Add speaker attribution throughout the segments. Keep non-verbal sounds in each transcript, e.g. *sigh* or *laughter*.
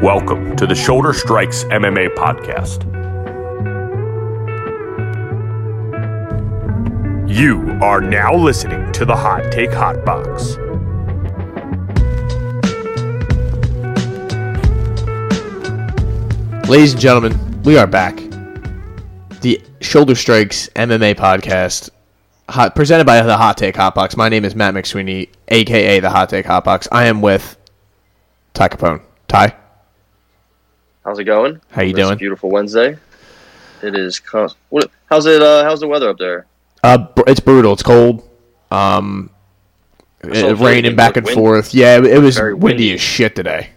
Speaker 1: Welcome to the Shoulder Strikes MMA podcast. You are now listening to the Hot Take Hot Box.
Speaker 2: Ladies and gentlemen, we are back. The Shoulder Strikes MMA podcast, hot, presented by the Hot Take Hotbox. My name is Matt McSweeney, aka the Hot Take Hotbox. I am with Ty Capone. Ty,
Speaker 3: How's it going?
Speaker 2: How you
Speaker 3: This
Speaker 2: doing?
Speaker 3: Beautiful Wednesday. It is. con- What, how's it? Uh, how's the weather up there?
Speaker 2: uh, br- it's brutal. It's cold. Um,
Speaker 3: saw a
Speaker 2: it,
Speaker 3: video
Speaker 2: raining
Speaker 3: game
Speaker 2: back and
Speaker 3: with wind.
Speaker 2: forth. Yeah, it, it was
Speaker 3: Very
Speaker 2: windy.
Speaker 3: windy.
Speaker 2: as shit today.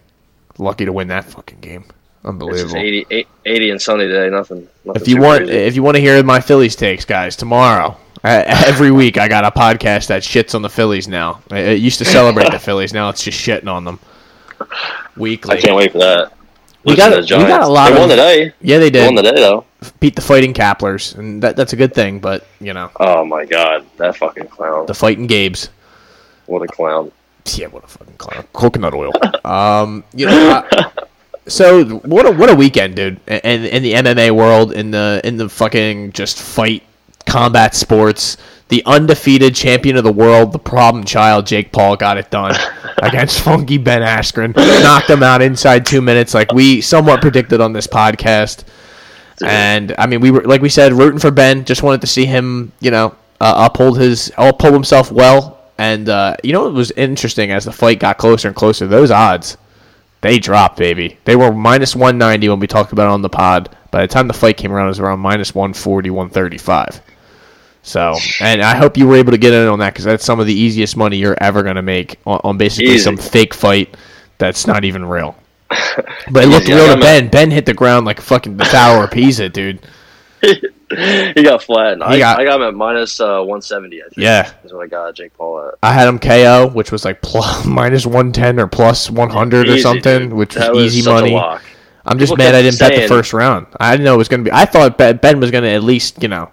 Speaker 2: Lucky to win that fucking game.
Speaker 3: It's just
Speaker 2: Unbelievable.
Speaker 3: 80, eight- 80 and sunny today. Nothing. nothing
Speaker 2: If you
Speaker 3: too
Speaker 2: want,
Speaker 3: crazy.
Speaker 2: if you want to hear my Phillies takes, guys, tomorrow, uh, *laughs* every week, I got a podcast that shits on the Phillies. Now it it used to celebrate the Phillies. Now it's just shitting on them
Speaker 3: I
Speaker 2: weekly.
Speaker 3: can't wait for that.
Speaker 2: We
Speaker 3: Losing
Speaker 2: got-
Speaker 3: to the
Speaker 2: we got a
Speaker 3: Giants.
Speaker 2: lot
Speaker 3: They
Speaker 2: of-
Speaker 3: won today.
Speaker 2: Yeah, they
Speaker 3: They
Speaker 2: did
Speaker 3: won today though.
Speaker 2: beat the fighting Caplers, and that, that's a good thing. But you know,
Speaker 3: Oh my god, that fucking clown!
Speaker 2: the fighting Gabes.
Speaker 3: What a clown! *laughs*
Speaker 2: Yeah, what a fucking clown. Coconut oil. um, you know. I- so what a what a weekend, dude! A- And in the MMA world, in the in the fucking just fight combat sports, the undefeated champion of the world, the problem child, Jake Paul, got it done against Funky Ben Askren, knocked him out inside two minutes, like we somewhat predicted on this podcast. And I mean, we were like we said, rooting for Ben. Just wanted to see him, you know, uh, uphold his, uphold himself well. And uh, you know, it was interesting as the fight got closer and closer. Those odds, they dropped, baby. They were minus one ninety when we talked about it on the pod. By the time the fight came around, it was around minus 140, 135. So, and I hope you were able to get in on that because that's some of the easiest money you're ever going to make on, on basically
Speaker 3: Easy.
Speaker 2: some fake fight that's not even real. But it looked
Speaker 3: Yeah,
Speaker 2: real to
Speaker 3: I'm a-
Speaker 2: Ben. Ben hit the ground like fucking the tower of Pisa, dude.
Speaker 3: He got flattened. I,
Speaker 2: got-
Speaker 3: I got him at minus uh, 170. I think.
Speaker 2: Yeah.
Speaker 3: is what I got Jake Paul at.
Speaker 2: I had him KO, which was like plus *laughs* minus one ten or plus one hundred or
Speaker 3: Easy,
Speaker 2: something,
Speaker 3: dude.
Speaker 2: which was,
Speaker 3: That
Speaker 2: easy
Speaker 3: such a
Speaker 2: money.
Speaker 3: lock.
Speaker 2: I'm just
Speaker 3: People
Speaker 2: mad I
Speaker 3: kept
Speaker 2: didn't bet the
Speaker 3: saying-
Speaker 2: first round. I didn't know it was going to be. I thought Ben, ben was going to at least you know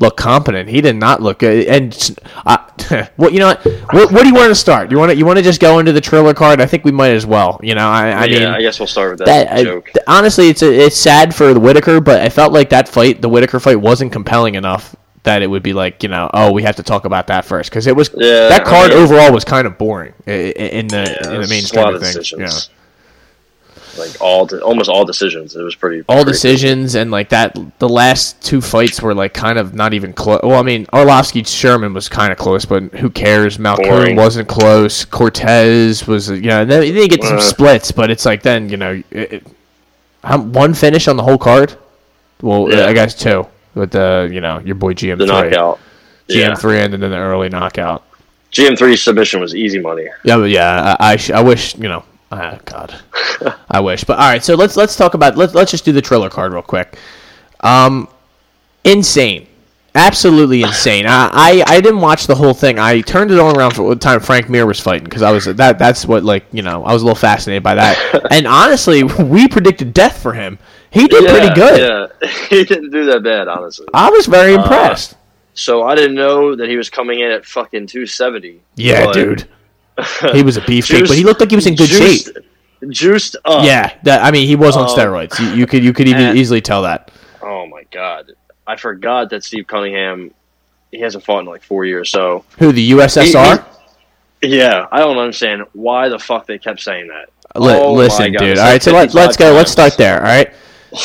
Speaker 2: look competent. He did not look good. And s- I, *laughs* what you know what? What, what do you want to start? You want to you want to just go into the trailer card? I think we might as well. You know, I, I
Speaker 3: yeah,
Speaker 2: mean.
Speaker 3: I guess we'll start with that,
Speaker 2: that, I-
Speaker 3: joke.
Speaker 2: th- honestly, it's a, it's sad for the Whitaker, but I felt like that fight, the Whitaker fight, wasn't compelling enough that it would be like you know, oh, we have to talk about that first because it was
Speaker 3: Yeah,
Speaker 2: that
Speaker 3: I
Speaker 2: card
Speaker 3: mean-
Speaker 2: overall was kind of boring i- i- in the in the
Speaker 3: There's
Speaker 2: main
Speaker 3: just
Speaker 2: scheme of things. Yeah.
Speaker 3: Like all, de- almost all decisions. It was pretty.
Speaker 2: All
Speaker 3: pretty-
Speaker 2: decisions and like that, the last two fights were like kind of not even close. Well, I mean, Arlovsky Sherman was kind of close, but who cares? Malcoon
Speaker 3: Boring.
Speaker 2: wasn't close. Cortez was, you know, and then, then you get some
Speaker 3: Uh.
Speaker 2: splits, but it's like then you know, it, it, how- one finish on the whole card. Well,
Speaker 3: Yeah.
Speaker 2: I guess two with the you know your boy GM
Speaker 3: The
Speaker 2: three,
Speaker 3: knockout.
Speaker 2: GM three, and then the early knockout.
Speaker 3: Yeah. GM three submission was easy money.
Speaker 2: Yeah, but yeah. I, I, sh- I wish you know. Ah, God, I wish. But all right, so let's let's talk about let's let's just do the trailer card real quick. Um, insane, absolutely insane. I, I I didn't watch the whole thing. I turned it on around for the time Frank Mir was fighting because I was that that's what like you know I was a little fascinated by that. and honestly, we predicted death for him. He did pretty good.
Speaker 3: Yeah, *laughs* he didn't do that bad, honestly.
Speaker 2: I was very impressed.
Speaker 3: So I didn't know that he was coming in at fucking two seventy.
Speaker 2: yeah, dude. He was a beefcake, but he looked like he was in good shape.
Speaker 3: Juiced up.
Speaker 2: Yeah, that, I mean, he was on
Speaker 3: Um,
Speaker 2: steroids. You, you could you could even
Speaker 3: *laughs* and-
Speaker 2: easily tell that.
Speaker 3: Oh my god, I forgot that Steve Cunningham. He hasn't fought in like four years, so
Speaker 2: Who the USSR?
Speaker 3: yeah, I don't understand why the fuck they kept saying that.
Speaker 2: Li-
Speaker 3: Oh my
Speaker 2: listen,
Speaker 3: God,
Speaker 2: dude.
Speaker 3: it's
Speaker 2: All right, so
Speaker 3: like
Speaker 2: let, let's go. Let's
Speaker 3: 55
Speaker 2: start there. All right.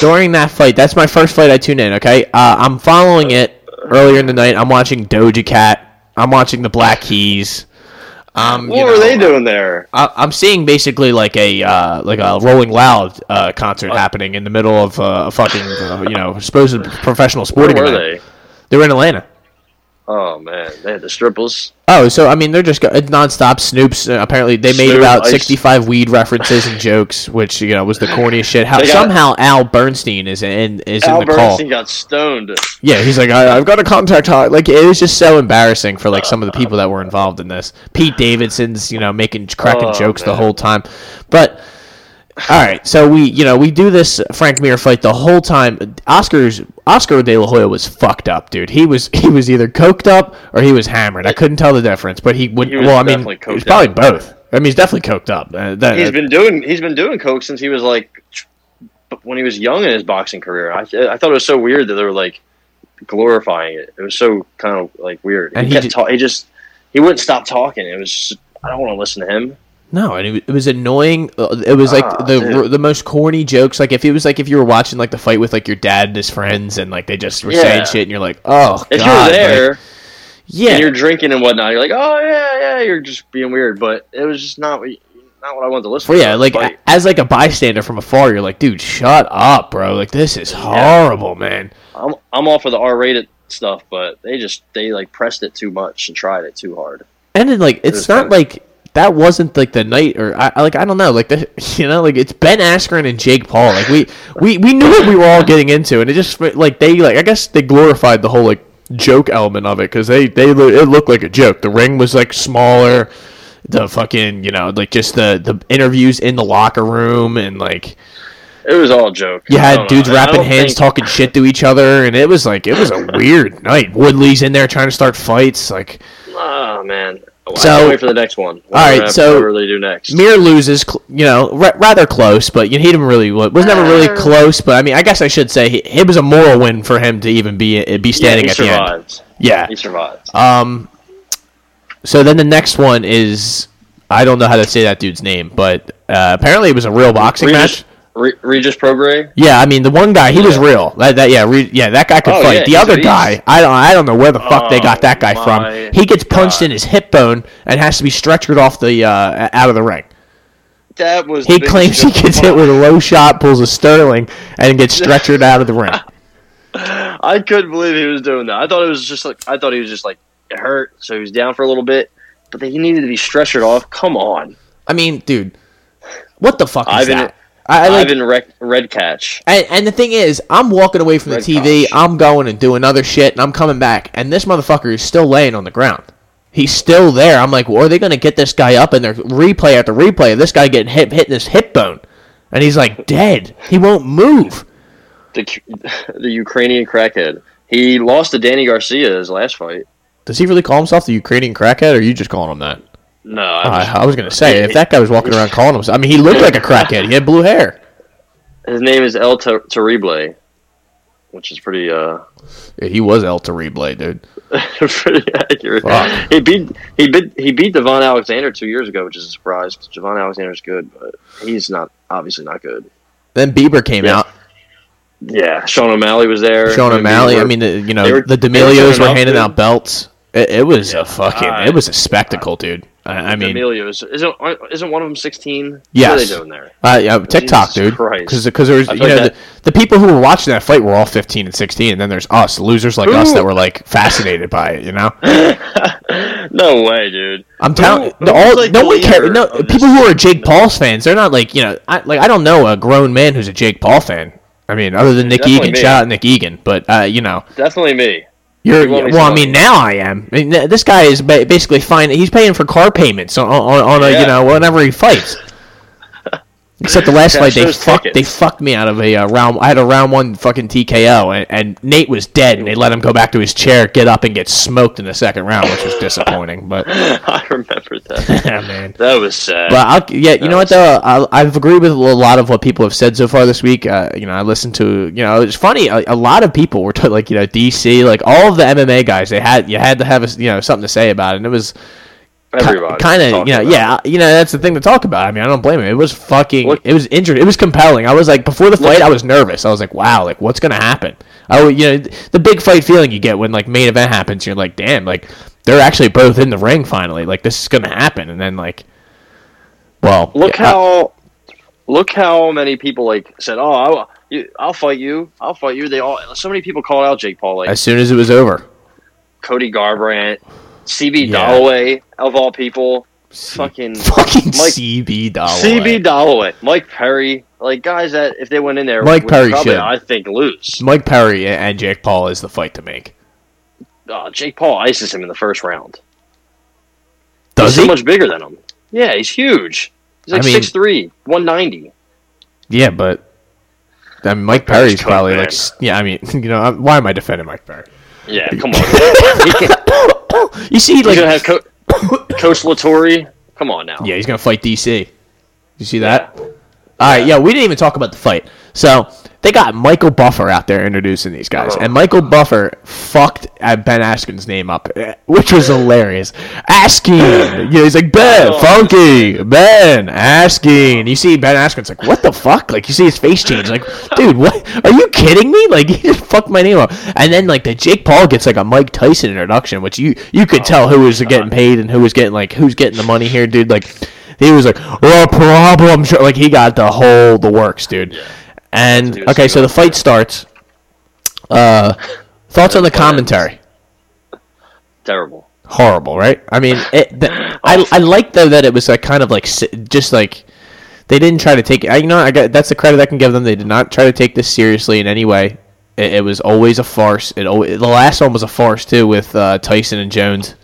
Speaker 2: During that fight, that's my first fight I tune in. Okay, uh, I'm following it earlier in the night. I'm watching Doja Cat. I'm watching the Black Keys. Um, you
Speaker 3: What were
Speaker 2: know,
Speaker 3: they doing there?
Speaker 2: I, I'm seeing basically like a uh, like a Rolling Loud uh, concert happening in the middle of uh, a fucking uh, you know supposed professional
Speaker 3: Where
Speaker 2: sporting
Speaker 3: were
Speaker 2: event.
Speaker 3: they?
Speaker 2: They were in Atlanta.
Speaker 3: Oh man, they had the stripples.
Speaker 2: Oh, so I mean, they're just go- it's nonstop Snoop's. Uh, apparently, they made
Speaker 3: Snoop,
Speaker 2: about
Speaker 3: Ice.
Speaker 2: sixty-five weed references and jokes, which you know was the corniest shit. How
Speaker 3: They got-
Speaker 2: somehow Al Bernstein is in is in
Speaker 3: Al
Speaker 2: the call?
Speaker 3: Bernstein got stoned.
Speaker 2: Yeah, he's like, I, I've got a contact hot. Like it was just so embarrassing for like some of the people that were involved in this. Pete Davidson's, you know, making cracking
Speaker 3: Oh,
Speaker 2: jokes the
Speaker 3: man.
Speaker 2: whole time, but. All right, so we you know we do this Frank Mir fight the whole time. Oscar's Oscar De La Hoya was fucked up, dude. He was he was either coked up or he was hammered. I couldn't tell the difference, but he would.
Speaker 3: He was
Speaker 2: well, I mean,
Speaker 3: definitely
Speaker 2: it was
Speaker 3: coked
Speaker 2: probably
Speaker 3: up.
Speaker 2: both. I mean, he's definitely coked up. Uh, that-
Speaker 3: He's been doing he's been doing coke since he was like when he was young in his boxing career. I I thought it was so weird that they were like glorifying it. It was so kind of like weird.
Speaker 2: And
Speaker 3: he
Speaker 2: he
Speaker 3: kept
Speaker 2: did-
Speaker 3: ta- he just he wouldn't stop talking. It was just- I don't want to listen to him.
Speaker 2: No, and it, wa- it was annoying. Uh, It was like
Speaker 3: Ah,
Speaker 2: the
Speaker 3: dude.
Speaker 2: the most corny jokes. Like if it was like if you were watching like the fight with like your dad and his friends, and like they just were
Speaker 3: Yeah.
Speaker 2: saying shit, and you're like, oh
Speaker 3: If
Speaker 2: god,
Speaker 3: you're there
Speaker 2: like, yeah,
Speaker 3: and you're drinking and whatnot, you're like, oh yeah, yeah, you're just being weird. But it was just not what you- not what I wanted to listen.
Speaker 2: Well,
Speaker 3: to.
Speaker 2: yeah, like
Speaker 3: But-
Speaker 2: a- as like a bystander from afar, you're like, dude, shut up, bro. Like this is horrible, man.
Speaker 3: I'm I'm all for the R-rated stuff, but they just they like pressed it too much and tried it too hard.
Speaker 2: And then like
Speaker 3: was
Speaker 2: it's not
Speaker 3: kinda-
Speaker 2: like that wasn't like the night or I I- like I don't know like the *laughs* you know like it's Ben Askren and Jake Paul like we we we knew what we were all getting into and it just like they like I guess they glorified the whole like joke element of it because they they lo- it looked like a joke the ring was like smaller the fucking you know like just the the interviews in the locker room and like
Speaker 3: It was all a joke.
Speaker 2: You
Speaker 3: I
Speaker 2: had
Speaker 3: don't
Speaker 2: dudes
Speaker 3: know. I
Speaker 2: wrapping
Speaker 3: don't
Speaker 2: hands,
Speaker 3: think-
Speaker 2: talking shit to each other, and it was like it
Speaker 3: *laughs*
Speaker 2: was a weird night. Woodley's in there trying to start fights. Like
Speaker 3: Oh man. I
Speaker 2: So-
Speaker 3: can't wait for the next one.
Speaker 2: All right,
Speaker 3: Whatever-
Speaker 2: so-
Speaker 3: whatever they do next.
Speaker 2: Mir loses, cl- you know, ra- rather close, but you know, he didn't really wa- was never really close. But I mean, I guess I should say he, it was a moral win for him to even be uh, be
Speaker 3: yeah,
Speaker 2: standing
Speaker 3: he
Speaker 2: at the end.
Speaker 3: survives.
Speaker 2: Yeah.
Speaker 3: He survives.
Speaker 2: Um. So then the next one is I don't know how to say that dude's name, but uh, apparently it was a real boxing match.
Speaker 3: Regis, Re- Regis Progray.
Speaker 2: Yeah, I mean the one guy, he was
Speaker 3: Yeah.
Speaker 2: real. That, that yeah, re, yeah, that guy could
Speaker 3: Oh, yeah,
Speaker 2: fight. the
Speaker 3: he's a
Speaker 2: other
Speaker 3: beast.
Speaker 2: guy, I don't, I don't know where the fuck they got that guy
Speaker 3: Oh, my
Speaker 2: from. He gets punched
Speaker 3: God.
Speaker 2: in his hip bone and has to be stretchered off the uh, out of the ring.
Speaker 3: That was.
Speaker 2: He
Speaker 3: the biggest
Speaker 2: claims he
Speaker 3: joke of
Speaker 2: gets
Speaker 3: all
Speaker 2: hit
Speaker 3: time.
Speaker 2: with a low shot, pulls a Sterling, and gets stretchered out of the ring.
Speaker 3: I couldn't believe he was doing that. I thought it was just like I thought he was just like it hurt, so he was down for a little bit. But then he needed to be stretchered off. Come on,
Speaker 2: I mean, dude, what the fuck is
Speaker 3: Ivan-
Speaker 2: that? I, I like,
Speaker 3: Ivan Rec- Redcatch.
Speaker 2: And, and the thing is, I'm walking away from the
Speaker 3: Red
Speaker 2: TV.
Speaker 3: Cox.
Speaker 2: I'm going and doing other shit, and I'm coming back. And this motherfucker is still laying on the ground. He's still there. I'm like, well, are they going to get this guy up? And they're replay after replay of this guy getting hit, hitting his hip bone. And he's like dead. He won't move.
Speaker 3: the *laughs* the Ukrainian crackhead. He lost to Danny Garcia his last fight.
Speaker 2: Does he really call himself the Ukrainian crackhead, or are you just calling him that?
Speaker 3: No, I
Speaker 2: Oh, I, I was going to say, if that guy was walking around calling himself, I mean, he looked like a crackhead. He had blue hair.
Speaker 3: his name is El Ter- Terrible, which is pretty uh *laughs*
Speaker 2: Yeah, he was El Terrible, dude.
Speaker 3: pretty accurate.
Speaker 2: Fuck.
Speaker 3: He beat he beat he beat Devon Alexander two years ago, which is a surprise. 'cause Devon Alexander's good, but he's not obviously not good.
Speaker 2: Then Bieber came
Speaker 3: Yeah.
Speaker 2: out.
Speaker 3: Yeah, Sean O'Malley was there.
Speaker 2: Sean
Speaker 3: I mean,
Speaker 2: O'Malley.
Speaker 3: we
Speaker 2: I
Speaker 3: were-
Speaker 2: mean, the, you know,
Speaker 3: they were-
Speaker 2: the
Speaker 3: they were
Speaker 2: D'Amelios
Speaker 3: turning
Speaker 2: were
Speaker 3: off,
Speaker 2: handing
Speaker 3: dude.
Speaker 2: out belts. It, it was a fucking,
Speaker 3: God.
Speaker 2: it was a spectacle, dude. I, I mean,
Speaker 3: D'Amelio's isn't aren't- isn't one of them sixteen? What are
Speaker 2: Yes.
Speaker 3: they doing there?
Speaker 2: uh, yeah, TikTok,
Speaker 3: Jesus
Speaker 2: dude,
Speaker 3: Christ.
Speaker 2: because there was,
Speaker 3: I
Speaker 2: you
Speaker 3: feel
Speaker 2: know,
Speaker 3: like
Speaker 2: the, the people who were watching that fight were all 15 and 16, and then there's us, losers like us,
Speaker 3: Who?
Speaker 2: that were like fascinated by it. You know,
Speaker 3: no way, dude.
Speaker 2: I'm telling,
Speaker 3: Who-
Speaker 2: no,
Speaker 3: who's,
Speaker 2: all,
Speaker 3: like,
Speaker 2: no
Speaker 3: the
Speaker 2: one cares.
Speaker 3: leader
Speaker 2: No,
Speaker 3: of this
Speaker 2: people who are Jake Paul's fans, they're not like, you know, I, like I don't know a grown man who's a Jake Paul fan. I mean, other than Nick
Speaker 3: Definitely
Speaker 2: Egan,
Speaker 3: me.
Speaker 2: shout out Nick Egan, but uh, you know,
Speaker 3: Definitely me. *laughs*
Speaker 2: You're,
Speaker 3: You want me
Speaker 2: well, I
Speaker 3: to-
Speaker 2: mean, now I am. I mean, th- this guy is ba- basically fine. He's paying for car payments on, on, on a,
Speaker 3: Yeah.
Speaker 2: you know whenever he
Speaker 3: *laughs*
Speaker 2: fights. Except the last
Speaker 3: Yeah,
Speaker 2: fight, they
Speaker 3: shows
Speaker 2: fucked
Speaker 3: tickets.
Speaker 2: they fucked me out of a uh, round. I had a round one fucking TKO, and, and Nate was dead, and they let him go back to his chair, get up, and get smoked in the second round, which was disappointing. But *laughs*
Speaker 3: I remember that.
Speaker 2: yeah, man.
Speaker 3: That was sad.
Speaker 2: But I'll, yeah, you know what though, I, I've agreed with a lot of what people have said so far this week. Uh, you know, I listened to you know it's funny. A, a lot of people were *laughs* t- like you know DC, like all of the MMA guys. They had you had to have a s you know something to say about it. And it was
Speaker 3: Everybody
Speaker 2: kind of
Speaker 3: talked
Speaker 2: you know
Speaker 3: about
Speaker 2: yeah you know that's the thing to talk about. I mean I don't blame him. It was fucking
Speaker 3: What-
Speaker 2: it was injured. It was compelling. I was like before the fight I was nervous. I was like wow like what's gonna happen? I would- you know the big fight feeling you get when like main event happens. You're like damn like they're actually both in the ring finally. Like this is gonna happen. And then like. Well,
Speaker 3: look
Speaker 2: yeah,
Speaker 3: how look how many people like said, "Oh, I, you, I'll fight you, I'll fight you." They all so many people called out Jake Paul, like
Speaker 2: as soon as it was over.
Speaker 3: Cody Garbrandt, CB
Speaker 2: Yeah.
Speaker 3: Dalloway, of all people, fucking
Speaker 2: Fucking
Speaker 3: *laughs* Mike-
Speaker 2: CB Dollar.
Speaker 3: CB Dalloway, Mike Perry, like guys that if they went in there,
Speaker 2: Mike
Speaker 3: would
Speaker 2: Perry
Speaker 3: probably,
Speaker 2: should.
Speaker 3: I think lose.
Speaker 2: Mike Perry and Jake Paul is the fight to make.
Speaker 3: Uh, Jake Paul ices him in the first round.
Speaker 2: Does he?
Speaker 3: he's so much bigger than him. Yeah, he's huge. He's like
Speaker 2: I mean-
Speaker 3: 6'3", 190.
Speaker 2: yeah, but I mean, Mike
Speaker 3: Perry's
Speaker 2: Perry's probably
Speaker 3: cooked,
Speaker 2: like,
Speaker 3: man.
Speaker 2: s- yeah. I mean, *laughs* you know, I'm, why am I defending Mike *laughs* Perry?
Speaker 3: Yeah, come on.
Speaker 2: You see, *laughs*
Speaker 3: He's
Speaker 2: like,
Speaker 3: gonna have Co- Coach Latore, Come on now.
Speaker 2: *laughs* Yeah, he's gonna fight DC. You see that? All right, yeah, we didn't even talk about the fight. So they got Michael Buffer out there introducing these guys, and Michael Buffer fucked uh, Ben Askren's name up, eh, which was hilarious. *laughs* Askin, yeah, he's like Ben Funky, Ben Askin. You see Ben Askren's like, what the fuck? Like you see his face change, like, dude, what? Are you kidding me? Like *laughs* he just fucked my name up, and then like the Jake Paul gets like a Mike Tyson introduction, which you you could tell who was getting paid and who was getting like who's getting the money here, dude. Like he was like, "Well, problem," sh-" like he got the whole the works, dude. And
Speaker 3: Dude,
Speaker 2: okay, so
Speaker 3: so-
Speaker 2: the fight starts. Uh, thoughts on the commentary?
Speaker 3: Terrible.
Speaker 2: Horrible, right? I mean, it, th- I I like though that it was like kind of like si- just like they didn't try to take. I you know I got that's the credit I can give them. They did not try to take this seriously in any way. It, it was always a farce. It always, the last one was a farce too with uh, Tyson and Jones.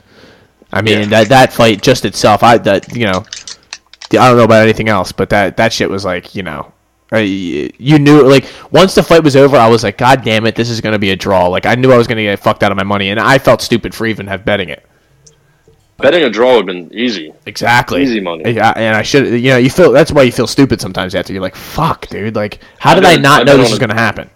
Speaker 2: I mean
Speaker 3: Yeah.
Speaker 2: that that fight just itself. I that you know I don't know about anything else, but that that shit was like you know. I- You knew, like, once the fight was over, I was like, "God damn it, this is gonna be a draw." Like, I knew I was gonna get fucked out of my money, and I felt stupid for even have betting it.
Speaker 3: Betting a draw would have been easy.
Speaker 2: Exactly.
Speaker 3: Easy money.
Speaker 2: Yeah, and I should. You know, you feel that's why you feel stupid sometimes after you're like, "Fuck, dude! Like, how did I,
Speaker 3: bet-
Speaker 2: not
Speaker 3: I
Speaker 2: know
Speaker 3: bet
Speaker 2: this
Speaker 3: on
Speaker 2: was
Speaker 3: a-
Speaker 2: gonna happen?"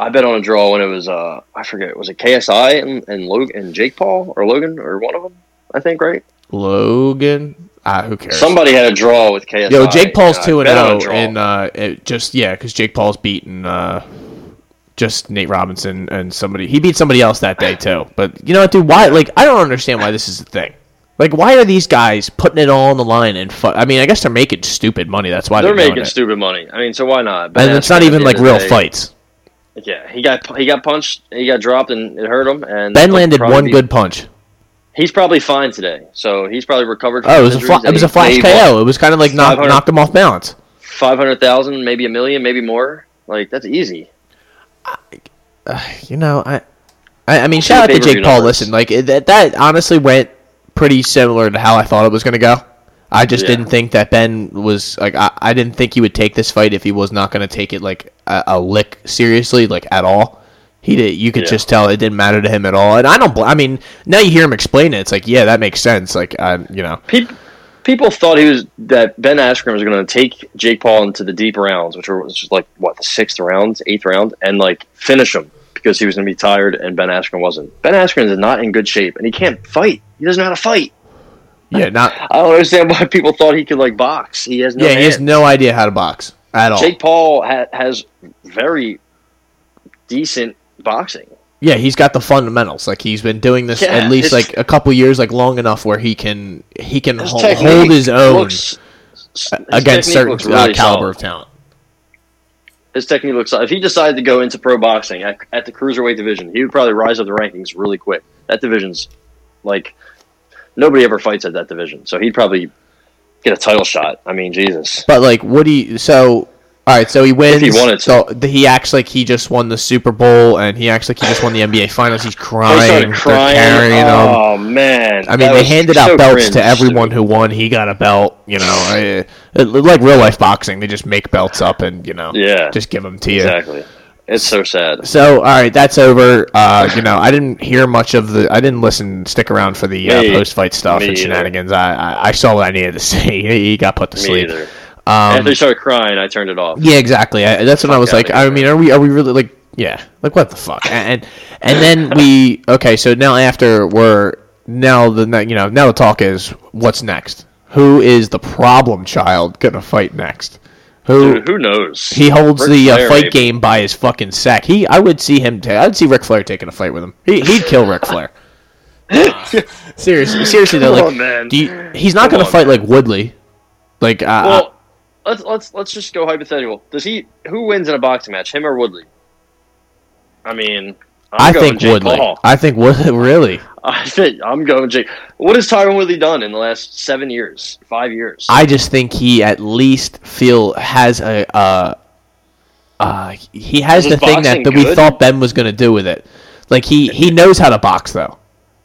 Speaker 3: I bet on a draw when it was uh I forget was it KSI and and Logan and Jake Paul or Logan or one of them I think right
Speaker 2: Logan, ah, who cares?
Speaker 3: somebody had a draw with KSI.
Speaker 2: Yo, Jake Paul's
Speaker 3: I
Speaker 2: two and
Speaker 3: bet on
Speaker 2: zero,
Speaker 3: a draw.
Speaker 2: and uh, it just yeah, because Jake Paul's beaten uh, just Nate Robinson and somebody. He beat somebody else that day too. But you know what, dude? Why? Like, I don't understand why this is a thing. Like, why are these guys putting it all on the line and fu- I mean, I guess they're making stupid money. That's why they're,
Speaker 3: they're making
Speaker 2: doing it.
Speaker 3: stupid money. I mean, so why not? Ben
Speaker 2: and it's not
Speaker 3: Askren, at
Speaker 2: even
Speaker 3: the
Speaker 2: like
Speaker 3: end of the
Speaker 2: real
Speaker 3: day-
Speaker 2: fights.
Speaker 3: Yeah, he got he got punched, he got dropped, and it hurt him. And
Speaker 2: Ben
Speaker 3: he'll
Speaker 2: landed
Speaker 3: probably
Speaker 2: one
Speaker 3: be-
Speaker 2: good punch.
Speaker 3: He's probably fine today, so he's probably recovered. From
Speaker 2: Oh, it was a
Speaker 3: his
Speaker 2: fla- it was a flash KO. It was kind of like knock,
Speaker 3: 500.
Speaker 2: knocked him off balance.
Speaker 3: Five hundred thousand, maybe a million, maybe more. Like that's easy.
Speaker 2: You know, I, I, I mean, shout out to
Speaker 3: pay-per-view
Speaker 2: Jake Paul.
Speaker 3: numbers.
Speaker 2: Listen, like it- that, that honestly went pretty similar to how I thought it was going to go. I just
Speaker 3: Yeah.
Speaker 2: didn't think that Ben was like I, I didn't think he would take this fight if he was not going to take it like a, a lick seriously, like at all. He did. You could
Speaker 3: Yeah.
Speaker 2: just tell it didn't matter to him at all. And I don't. Bl- I mean, now you hear him explain it. It's like, yeah, that makes sense. Like, I, you know,
Speaker 3: People, people thought he was that Ben Askren was going to take Jake Paul into the deep rounds, which were was just like what the sixth round, eighth round, and like finish him because he was going to be tired, and Ben Askren wasn't. Ben Askren is not in good shape, and he can't fight. He doesn't know how to fight. *laughs*
Speaker 2: yeah, not.
Speaker 3: I don't understand why people thought he could like box. He has no.
Speaker 2: yeah, he has
Speaker 3: hands.
Speaker 2: no idea how to box at all.
Speaker 3: Jake Paul ha- has very decent boxing.
Speaker 2: Yeah, he's got the fundamentals. Like he's been doing this
Speaker 3: Yeah,
Speaker 2: at least
Speaker 3: it's-
Speaker 2: like a couple years, like long enough where he can he can
Speaker 3: His
Speaker 2: hol-
Speaker 3: technique
Speaker 2: hold his own
Speaker 3: looks- his technique
Speaker 2: against certain
Speaker 3: looks really
Speaker 2: uh, caliber
Speaker 3: solid.
Speaker 2: of talent.
Speaker 3: His technique looks. If he decided to go into pro boxing at, at the cruiserweight division, he would probably rise up the rankings really quick. That division's like nobody ever fights at that division, so he'd probably get a title shot. I mean, Jesus.
Speaker 2: But like, what do you? So all right, so he wins.
Speaker 3: he wanted to.
Speaker 2: so th- he acts like he just won the Super Bowl, and he acts like he just won the NBA Finals. He's
Speaker 3: I
Speaker 2: crying,
Speaker 3: Oh, started
Speaker 2: they're
Speaker 3: crying.
Speaker 2: carrying him.
Speaker 3: Oh
Speaker 2: I
Speaker 3: man!
Speaker 2: mean,
Speaker 3: That
Speaker 2: they
Speaker 3: was
Speaker 2: handed
Speaker 3: so
Speaker 2: out belts
Speaker 3: cringe.
Speaker 2: to everyone who won. He got a belt, you know. I, it, like real life boxing, they just make belts up and you know,
Speaker 3: Yeah.
Speaker 2: just give them to you.
Speaker 3: Exactly. It's so sad.
Speaker 2: So, all right, that's over. Uh, you know, I didn't hear much of the. I didn't listen, stick around for the uh,
Speaker 3: Me-
Speaker 2: post fight stuff
Speaker 3: me
Speaker 2: and
Speaker 3: either.
Speaker 2: shenanigans. I, I I saw what I needed to *laughs* see. He got put to
Speaker 3: Me
Speaker 2: sleep.
Speaker 3: either.
Speaker 2: Um,
Speaker 3: After he started crying, I turned it off.
Speaker 2: yeah, exactly. I, that's when I was
Speaker 3: outta
Speaker 2: like, I
Speaker 3: here.
Speaker 2: mean, are we are we really like, yeah, like what the fuck? And and
Speaker 3: *laughs*
Speaker 2: then we okay, so now after we're now the ne- you know now the talk is what's next? Who is the problem child gonna fight next? Who
Speaker 3: Dude, who knows?
Speaker 2: he holds
Speaker 3: Ric
Speaker 2: the uh,
Speaker 3: Flair,
Speaker 2: fight
Speaker 3: maybe.
Speaker 2: game by his fucking sack. He, I would see him. Ta- I'd see Ric Flair taking a fight with him. He, he'd kill Ric
Speaker 3: *laughs*
Speaker 2: Flair. seriously, seriously though,
Speaker 3: Come
Speaker 2: like,
Speaker 3: on, man.
Speaker 2: do you- he's not
Speaker 3: Come
Speaker 2: gonna
Speaker 3: on,
Speaker 2: fight like Woodley. Like, uh,
Speaker 3: Well, let's let's let's just go hypothetical. Does he who wins in a boxing match, him or Woodley? I mean,
Speaker 2: I
Speaker 3: I'm going
Speaker 2: think
Speaker 3: Jake
Speaker 2: Woodley.
Speaker 3: Paul. *laughs*
Speaker 2: I think Woodley. *laughs* Really,
Speaker 3: I think I'm going Jake. What has Tyron Woodley done in the last seven years, five years?
Speaker 2: I just think he at least feel has a. Uh, uh, he has
Speaker 3: Is
Speaker 2: the
Speaker 3: his
Speaker 2: thing that,
Speaker 3: boxing
Speaker 2: that we
Speaker 3: good?
Speaker 2: thought Ben was gonna do with it. Like he, he knows how to box though.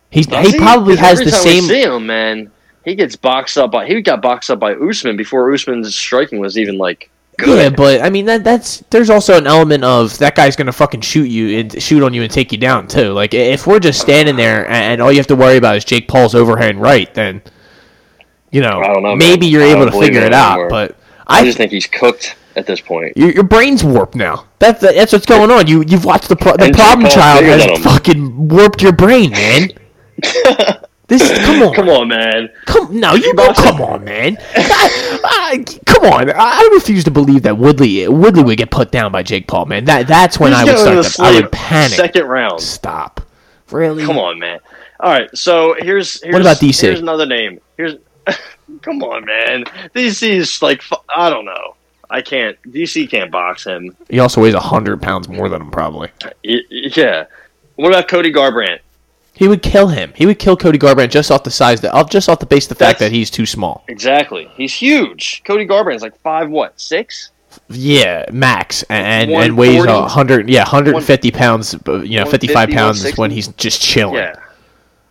Speaker 2: He's,
Speaker 3: Does
Speaker 2: he, probably
Speaker 3: 'Cause
Speaker 2: has
Speaker 3: every
Speaker 2: the
Speaker 3: time we
Speaker 2: same.
Speaker 3: See him, man. He gets boxed up by he got boxed up by Usman before Usman's striking was even like good.
Speaker 2: Yeah, but I mean that that's there's also an element of that guy's gonna fucking shoot you and shoot on you and take you down too. Like i- if we're just standing there and, and all you have to worry about is Jake Paul's overhand right, then you know,
Speaker 3: I don't know, man.
Speaker 2: maybe you're
Speaker 3: I
Speaker 2: able
Speaker 3: don't
Speaker 2: to
Speaker 3: believe
Speaker 2: figure
Speaker 3: it
Speaker 2: it out,
Speaker 3: anymore.
Speaker 2: but
Speaker 3: I,
Speaker 2: I
Speaker 3: just think he's cooked at this point.
Speaker 2: Your, your brain's warped now. That's that, that's what's going on. You you've watched the pro- the
Speaker 3: And
Speaker 2: problem
Speaker 3: Paul's
Speaker 2: child
Speaker 3: bigger than
Speaker 2: has
Speaker 3: him.
Speaker 2: fucking warped your brain,
Speaker 3: *laughs*
Speaker 2: man. this come on,
Speaker 3: Come on, man.
Speaker 2: come no, you know, come on, man. I, I- come on, I, I refuse to believe that Woodley Woodley would get put down by Jake Paul, man. That that's when I
Speaker 3: He's
Speaker 2: would
Speaker 3: going to
Speaker 2: start. To, I
Speaker 3: sleep.
Speaker 2: would panic.
Speaker 3: Second round.
Speaker 2: Stop. Really?
Speaker 3: Come on, man. All right. So here's, here's
Speaker 2: about DC?
Speaker 3: Here's another name. Here's *laughs* come on, man. DC is like fu- I don't know. I can't. DC can't box him.
Speaker 2: He also weighs hundred pounds more than him, probably.
Speaker 3: Y- y- yeah. What about Cody Garbrandt?
Speaker 2: He would kill him. He would kill Cody Garbrandt just off the size that, off- just off the base of the fact
Speaker 3: That's-
Speaker 2: that he's too small.
Speaker 3: Exactly. He's huge. Cody Garbrandt's like five what six?
Speaker 2: Yeah, max, and and, and weighs a
Speaker 3: 140?
Speaker 2: hundred, yeah, hundred and fifty pounds. uh, You know, fifty five
Speaker 3: 150,
Speaker 2: pounds is when
Speaker 3: 160?
Speaker 2: he's just chilling.
Speaker 3: Yeah.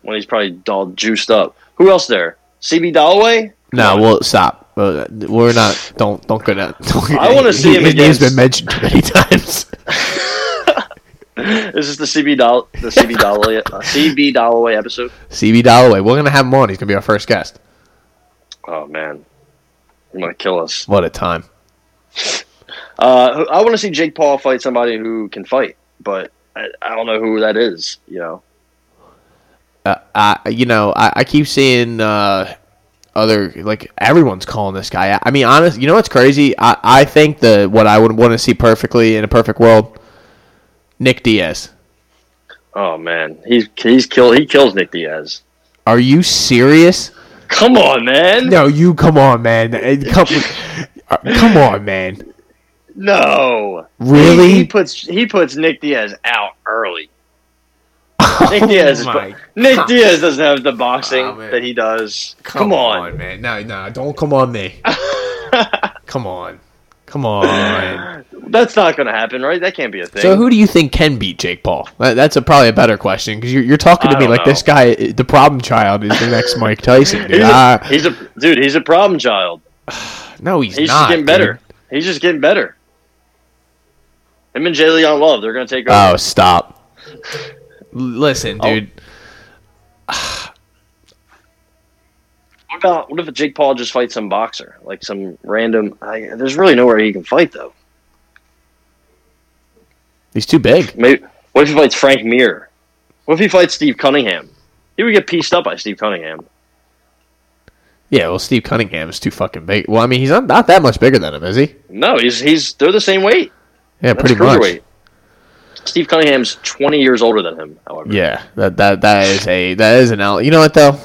Speaker 3: When he's probably all juiced up. Who else there? CB Dalloway? *laughs*
Speaker 2: No, we'll stop. Uh, We're not. Don't don't go down. *laughs*
Speaker 3: I wanna see him
Speaker 2: His name's
Speaker 3: against-
Speaker 2: been mentioned too many *laughs* times.
Speaker 3: Is this the CB Doll the CB Dalloway uh, CB Dalloway episode?
Speaker 2: CB Dalloway. We're gonna have him on. He's gonna be our first guest.
Speaker 3: Oh man, you're gonna kill us.
Speaker 2: What a time!
Speaker 3: Uh, who- I want to see Jake Paul fight somebody who can fight, but I, I don't know who that is. You know,
Speaker 2: Uh, I, you know, I, I keep seeing uh, other like everyone's calling this guy. out. I mean, honest, you know what's crazy? I, I think the what I would want to see perfectly in a perfect world, Nick Diaz.
Speaker 3: oh man, he's he's kill he kills Nick Diaz.
Speaker 2: Are you serious?
Speaker 3: Come on, man.
Speaker 2: No, you come on, man. Eh, Come, uh, come on, man.
Speaker 3: No.
Speaker 2: Really?
Speaker 3: He, he puts he puts Nick Diaz out
Speaker 2: *laughs*
Speaker 3: early. Nick Diaz is,
Speaker 2: Oh my
Speaker 3: Nick Diaz doesn't have the boxing
Speaker 2: Oh, man.
Speaker 3: that he does. Come, on.
Speaker 2: man. No, no, don't come on
Speaker 3: *laughs*
Speaker 2: me. come on, come on.
Speaker 3: That's not going to happen, right? That can't be a thing.
Speaker 2: So, who do you think can beat Jake Paul? That, that's a, probably a better question because you're, you're talking to
Speaker 3: I
Speaker 2: me
Speaker 3: don't
Speaker 2: like this guy, eh, the problem child, is the next Mike
Speaker 3: *laughs*
Speaker 2: Tyson. Dude.
Speaker 3: He's a,
Speaker 2: Ah,
Speaker 3: he's a dude. He's a problem child.
Speaker 2: no, he's,
Speaker 3: He's
Speaker 2: not.
Speaker 3: just getting
Speaker 2: dude.
Speaker 3: better. He's just getting better. Him and Jay Leon Love, they're gonna take over.
Speaker 2: Oh, stop. L- Listen,
Speaker 3: Oh.
Speaker 2: dude.
Speaker 3: What about what if Jake Paul just fights some boxer, like some random? I, there's really nowhere he can fight though.
Speaker 2: He's too big.
Speaker 3: Maybe what if he fights Frank Mir? What if he fights Steve Cunningham? He would get pieced up by Steve Cunningham.
Speaker 2: Yeah, well, Steve Cunningham is too fucking big. Well, I mean, he's not, not that much bigger than him, is he?
Speaker 3: No, he's he's they're the same weight.
Speaker 2: Yeah,
Speaker 3: That's
Speaker 2: pretty much.
Speaker 3: cruiserweight. Steve Cunningham's 20 years older than him, however.
Speaker 2: Yeah, that that that is a that is an out. You know what though?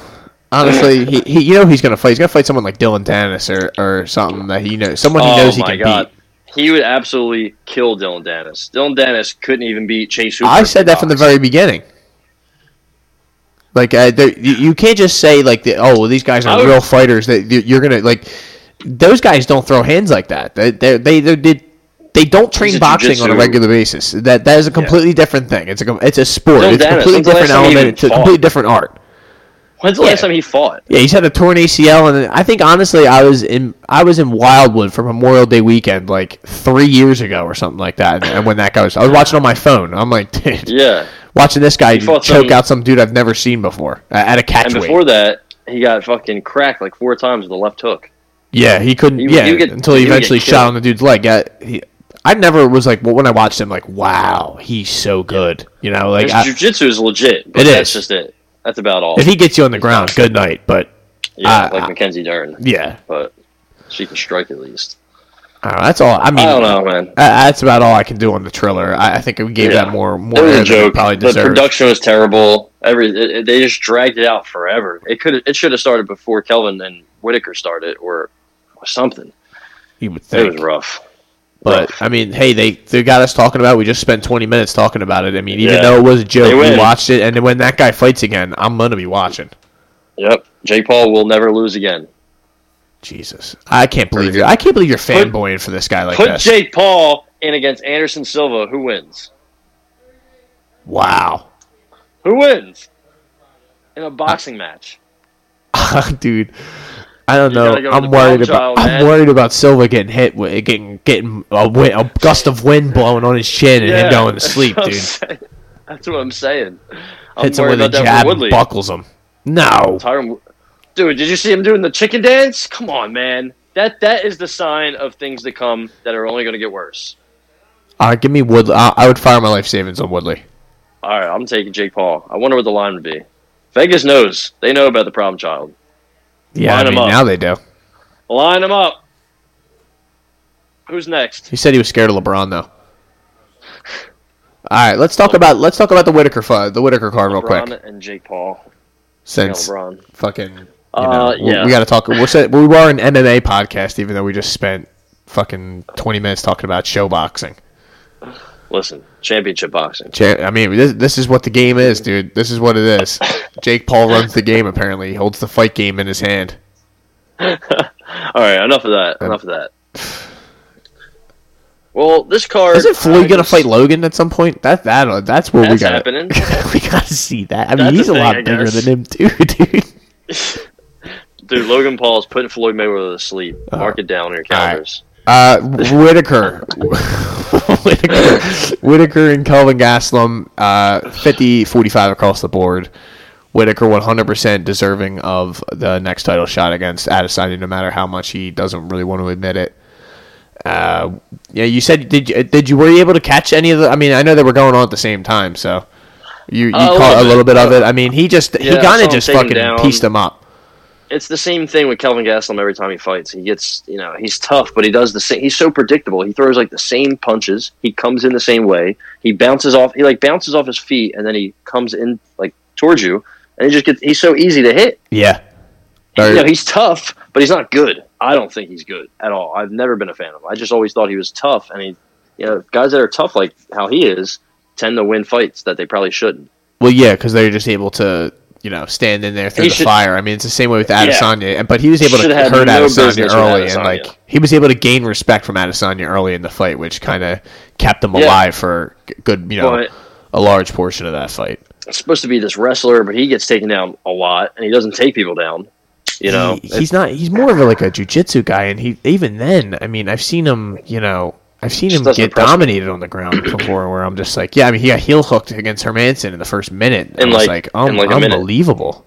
Speaker 2: Honestly, he, he you know who he's gonna fight. He's gonna fight someone like Dylan Dennis or, or something that he knows someone he
Speaker 3: oh
Speaker 2: knows he
Speaker 3: my
Speaker 2: can
Speaker 3: god.
Speaker 2: beat.
Speaker 3: He would absolutely kill Dylan Dennis. Dylan Dennis couldn't even beat Chase Hooper.
Speaker 2: I
Speaker 3: in
Speaker 2: said that from the
Speaker 3: box.
Speaker 2: very beginning. Like uh, there, you, you can't just say like the, oh well, these guys
Speaker 3: I
Speaker 2: are
Speaker 3: would-
Speaker 2: real fighters that you- you're gonna like those guys don't throw hands like that. They they they, they did. They don't train
Speaker 3: a
Speaker 2: boxing on a
Speaker 3: jujitsu-
Speaker 2: regular basis. That that is a completely different thing. It's a com- it's a sport.
Speaker 3: Dylan
Speaker 2: it's a
Speaker 3: Dennis,
Speaker 2: completely
Speaker 3: when's the last
Speaker 2: different
Speaker 3: time he even
Speaker 2: element. It's a
Speaker 3: fought?
Speaker 2: completely different art.
Speaker 3: When's the
Speaker 2: Yeah.
Speaker 3: last time he fought?
Speaker 2: Yeah, he's had a torn ACL, and I think honestly, I was in I was in Wildwood for Memorial Day weekend like three years ago or something like that. And, and when that guy was, I was watching on my phone. I'm like, *laughs* dude,
Speaker 3: Yeah.
Speaker 2: watching this guy choke
Speaker 3: fought some-
Speaker 2: out some dude I've never seen before uh, at a catch
Speaker 3: And
Speaker 2: weight.
Speaker 3: before that, he got fucking cracked like four times with a left hook.
Speaker 2: yeah, he couldn't.
Speaker 3: you-
Speaker 2: yeah,
Speaker 3: you get-
Speaker 2: until he
Speaker 3: you get
Speaker 2: eventually
Speaker 3: killed.
Speaker 2: shot on the dude's leg. Yeah, he, I never was like, well, when I watched him, like, wow, he's so good. You know, like
Speaker 3: His
Speaker 2: I-
Speaker 3: jiu-jitsu is legit. But
Speaker 2: It
Speaker 3: that's
Speaker 2: is.
Speaker 3: just it. That's about all.
Speaker 2: if he gets you on the ground, good night. But I-
Speaker 3: yeah, like
Speaker 2: I-
Speaker 3: Mackenzie Dern.
Speaker 2: yeah,
Speaker 3: But she can strike at least.
Speaker 2: I don't know, that's all. I mean,
Speaker 3: I don't know, man.
Speaker 2: Uh, that's about all I can do on the Triller. I, I think we gave
Speaker 3: Yeah.
Speaker 2: that more more
Speaker 3: It was
Speaker 2: air
Speaker 3: a
Speaker 2: than
Speaker 3: joke.
Speaker 2: It probably
Speaker 3: The
Speaker 2: deserved.
Speaker 3: production was terrible. Every it, it- they just dragged it out forever. It could it should have started before Kelvin and Whitaker started or, or something.
Speaker 2: you would
Speaker 3: It
Speaker 2: think,
Speaker 3: was rough.
Speaker 2: but I mean, hey, they they got us talking about. it. We just spent twenty minutes talking about it. I mean, even
Speaker 3: Yeah.
Speaker 2: though it was a joke,
Speaker 3: They
Speaker 2: we
Speaker 3: win.
Speaker 2: watched it, and then when that guy fights again, I'm gonna be watching.
Speaker 3: Yep. Jake Paul will never lose again.
Speaker 2: Jesus, I can't believe you. I can't believe you're fanboying for this guy like
Speaker 3: Put
Speaker 2: this.
Speaker 3: Jake Paul in against Anderson Silva. Who wins?
Speaker 2: wow, *laughs*
Speaker 3: Who wins? In
Speaker 2: Uh,
Speaker 3: a boxing match.
Speaker 2: dude. I don't know.
Speaker 3: gotta go with
Speaker 2: I'm
Speaker 3: the
Speaker 2: worried
Speaker 3: Brom
Speaker 2: about.
Speaker 3: child,
Speaker 2: I'm
Speaker 3: man.
Speaker 2: worried about Silva getting hit, with, getting getting a, wi- a gust of wind blowing on his chin, and him going to sleep,
Speaker 3: *laughs* That's what I'm
Speaker 2: dude.
Speaker 3: saying. That's what I'm saying. I'm
Speaker 2: hits him
Speaker 3: worried
Speaker 2: with a
Speaker 3: about that
Speaker 2: jab
Speaker 3: for
Speaker 2: and
Speaker 3: Woodley.
Speaker 2: buckles him. No.
Speaker 3: Tyron, Dude, did you see him doing the chicken dance? Come on, man. That that is the sign of things to come that are only going to get worse.
Speaker 2: Uh, give me Woodley. I, I would fire my life savings on Woodley.
Speaker 3: All right, I'm taking Jake Paul. I wonder what the line would be. Vegas knows. They know about the problem child.
Speaker 2: Yeah,
Speaker 3: Line
Speaker 2: I
Speaker 3: 'em
Speaker 2: mean,
Speaker 3: up.
Speaker 2: now they do.
Speaker 3: Line them up. Who's next?
Speaker 2: He said he was scared of LeBron though. All right, let's talk about let's talk about the Whitaker fi- the Whitaker card real
Speaker 3: LeBron
Speaker 2: quick.
Speaker 3: and Jake Paul. Yeah,
Speaker 2: Since
Speaker 3: LeBron.
Speaker 2: fucking, you
Speaker 3: Uh,
Speaker 2: know, we-
Speaker 3: yeah.
Speaker 2: we got to talk. What's that? We were an MMA podcast, even though we just spent fucking twenty minutes talking about showboxing.
Speaker 3: Listen, championship boxing.
Speaker 2: Cha- I mean, this, this is what the game is, dude. This is what it is. Jake Paul runs the game. Apparently, he holds the fight game in his hand.
Speaker 3: All right, enough of that. Enough of that. Well, this card
Speaker 2: Isn't Floyd
Speaker 3: I
Speaker 2: gonna
Speaker 3: just-
Speaker 2: fight Logan at some point? That that uh, that's where
Speaker 3: That's
Speaker 2: we got
Speaker 3: happening.
Speaker 2: *laughs* we got to see that. I mean,
Speaker 3: That's
Speaker 2: he's
Speaker 3: a
Speaker 2: a
Speaker 3: thing,
Speaker 2: lot
Speaker 3: I
Speaker 2: bigger
Speaker 3: guess.
Speaker 2: than him too, *laughs* dude.
Speaker 3: Dude, Logan Paul is putting Floyd Mayweather to sleep. Mark it down on
Speaker 2: Uh,
Speaker 3: your
Speaker 2: right.
Speaker 3: calendars. *laughs*
Speaker 2: Uh, Whitaker, Whitaker, Whitaker, and Kelvin Gaslam, uh, 50 45 across the board. Whitaker 100% deserving of the next title shot against Adesanya, no matter how much he doesn't really want to admit it. Uh, yeah, you said did you, did you were you able to catch any of the? I mean, I know they were going on at the same time, so you you
Speaker 3: Uh, a
Speaker 2: caught
Speaker 3: little
Speaker 2: a little bit
Speaker 3: bit.
Speaker 2: of it. I mean, he just
Speaker 3: Yeah,
Speaker 2: he
Speaker 3: I
Speaker 2: kind
Speaker 3: saw
Speaker 2: of
Speaker 3: him
Speaker 2: just
Speaker 3: take him
Speaker 2: fucking
Speaker 3: down.
Speaker 2: pieced him up.
Speaker 3: It's the same thing with Kelvin Gastelum every time he fights. He gets, you know, he's tough, but he does the same. He's so predictable. He throws like the same punches. He comes in the same way. He bounces off. He like bounces off his feet, and then he comes in like towards you, and he just gets. He's so easy to hit.
Speaker 2: Yeah,
Speaker 3: You know, he's tough, but he's not good. I don't think he's good at all. I've never been a fan of him. I just always thought he was tough, and he, you know, guys that are tough like how he is tend to win fights that they probably shouldn't.
Speaker 2: Well, yeah, because they're just able to, you know, stand in there through
Speaker 3: He
Speaker 2: the
Speaker 3: should-
Speaker 2: fire. I mean, it's the same way with Adesanya, and but he was able to
Speaker 3: Should have
Speaker 2: hurt
Speaker 3: no business
Speaker 2: Adesanya
Speaker 3: with
Speaker 2: early, and
Speaker 3: Adesanya.
Speaker 2: like he was able to gain respect from Adesanya early in the fight, which kind of kept him
Speaker 3: Yeah.
Speaker 2: alive for g- good, you know,
Speaker 3: But-
Speaker 2: a large portion of that fight.
Speaker 3: supposed to be this wrestler, but he gets taken down a lot, and he doesn't take people down. You know,
Speaker 2: he, he's not. He's more of a, like a jujitsu guy, and he even then, I mean, I've seen him, you know. I've seen
Speaker 3: Just
Speaker 2: him
Speaker 3: doesn't
Speaker 2: get
Speaker 3: impress me.
Speaker 2: dominated on the ground before, where I'm just like, yeah. I mean, he got heel hooked against Hermanson in the first minute. I
Speaker 3: In
Speaker 2: was
Speaker 3: like-
Speaker 2: like, um,
Speaker 3: in like a minute.
Speaker 2: unbelievable.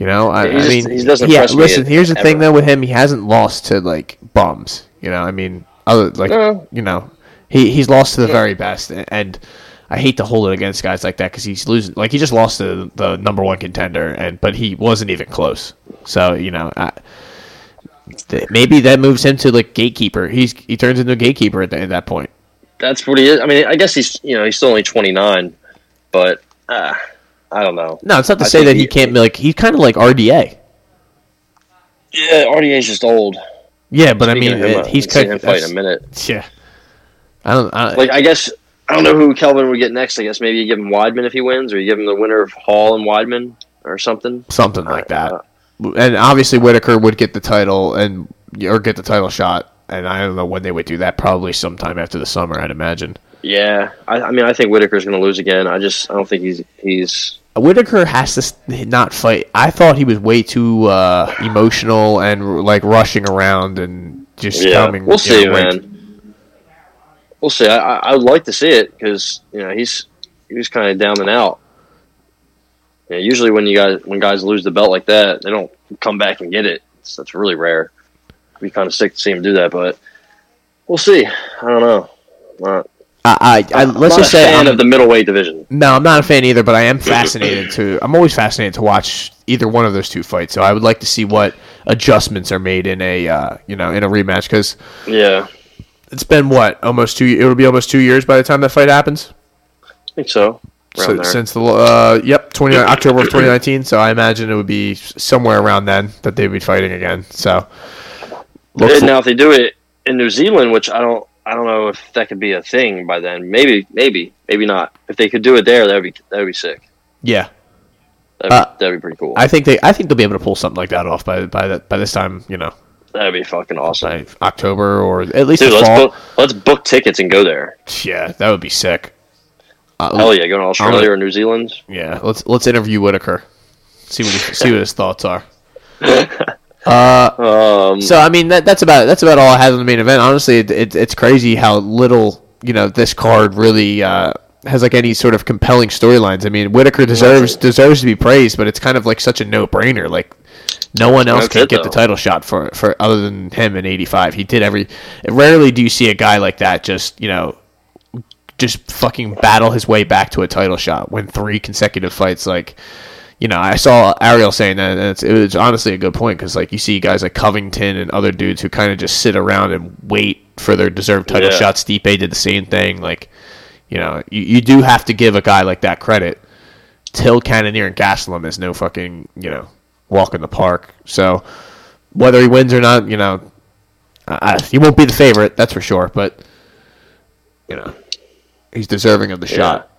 Speaker 2: You know, I,
Speaker 3: He
Speaker 2: I
Speaker 3: just-
Speaker 2: mean,
Speaker 3: he doesn't
Speaker 2: yeah.
Speaker 3: impress me
Speaker 2: Listen,
Speaker 3: at-
Speaker 2: here's the thing
Speaker 3: ever.
Speaker 2: though with him, he hasn't lost to like bums. You know, I mean, other like
Speaker 3: No.
Speaker 2: you know, he he's lost to the very best, and, and I hate to hold it against guys like that because he's losing. Like he just lost to the number one contender, and but he wasn't even close. So you know, I, th- maybe that moves him to like gatekeeper. He's he turns into a gatekeeper at, the, at that point.
Speaker 3: that's what he is. I mean, I guess he's you know he's still only twenty nine, but uh, I don't know.
Speaker 2: No, it's not to
Speaker 3: I
Speaker 2: say
Speaker 3: think
Speaker 2: that he
Speaker 3: he-
Speaker 2: can't be like he's kind of like RDA.
Speaker 3: Yeah, RDA's just old.
Speaker 2: Yeah, but I mean,
Speaker 3: Speaking of him,
Speaker 2: it-
Speaker 3: I
Speaker 2: he's
Speaker 3: haven't seen him
Speaker 2: cut-
Speaker 3: fight in a minute.
Speaker 2: Yeah, I don't. I,
Speaker 3: Like I guess I don't know who Kelvin would get next. I guess maybe you give him Weidman if he wins, or you give him the winner of Hall and Weidman or something.
Speaker 2: something like that.
Speaker 3: uh,
Speaker 2: And obviously Whitaker would get the title and or get the title shot. And I don't know when they would do that. Probably sometime after the summer, I'd imagine.
Speaker 3: Yeah, I, I mean I think Whitaker's going to lose again. I just I don't think he's he's
Speaker 2: Whitaker has to s- not fight. I thought he was way too uh, emotional and like rushing around and just
Speaker 3: Yeah,
Speaker 2: coming.
Speaker 3: we'll
Speaker 2: you
Speaker 3: see,
Speaker 2: know, like-
Speaker 3: man. We'll see. I, I, I would like to see it because you know he's he was kind of down and out. Yeah, usually when you guys when guys lose the belt like that, they don't come back and get it. It's, that's really rare. We kind of sick to see him do that, but we'll see. I don't know. Not,
Speaker 2: I, I, I, let's
Speaker 3: not
Speaker 2: just
Speaker 3: a
Speaker 2: say
Speaker 3: fan
Speaker 2: I'm,
Speaker 3: of the middleweight division.
Speaker 2: no, I'm not a fan either, but
Speaker 3: *laughs*
Speaker 2: I am fascinated to. I'm always fascinated to watch either one of those two fights. So I would like to see what adjustments are made in a uh, you know in a rematch because
Speaker 3: Yeah,
Speaker 2: it's been what almost two. It'll be almost two years by the time that fight happens.
Speaker 3: I think so. Around
Speaker 2: So,
Speaker 3: there.
Speaker 2: since the uh, yep, twenty October of twenty nineteen. So I imagine it would be somewhere around then that they'd be fighting again. So look
Speaker 3: And
Speaker 2: for-
Speaker 3: now if they do it in New Zealand, which I don't I don't know if that could be a thing by then. Maybe maybe maybe not. If they could do it there, that would be that would be sick.
Speaker 2: yeah,
Speaker 3: That'd,
Speaker 2: Uh,
Speaker 3: that'd be pretty cool.
Speaker 2: I think they I think they'll be able to pull something like that off by by that by this time. You know,
Speaker 3: that'd be fucking awesome.
Speaker 2: by October or at least
Speaker 3: Dude,
Speaker 2: the
Speaker 3: let's
Speaker 2: fall.
Speaker 3: book, let's book tickets and go there.
Speaker 2: Yeah, that would be sick. Uh,
Speaker 3: Hell yeah, go to Australia
Speaker 2: gonna-
Speaker 3: or New Zealand.
Speaker 2: Yeah, let's let's interview Whitaker. See what he, see what his thoughts are. Uh,
Speaker 3: Um,
Speaker 2: So I mean that that's about that's about all I had on the main event. Honestly, it, it, it's crazy how little you know this card really uh, has like any sort of compelling storylines. I mean, Whitaker deserves deserves to be praised, but it's kind of like such a no brainer. Like No one else
Speaker 3: That's
Speaker 2: could
Speaker 3: it,
Speaker 2: get the
Speaker 3: though.
Speaker 2: title shot for for other than him in '85. He did every. Rarely do you see a guy like that just you know, just fucking battle his way back to a title shot, win three consecutive fights. Like, you know, I saw Ariel saying that, and it's, it was honestly a good point because like you see guys like Covington and other dudes who kind of just sit around and wait for their deserved title
Speaker 3: Yeah.
Speaker 2: shot. Stipe did the same thing. Like, you know, you, you do have to give a guy like that credit. Till Cannoneer and Gaslam is no fucking, you know, walk in the park. So whether he wins or not, you know, I, I- he won't be the favorite, that's for sure. But you know, he's deserving of the shot.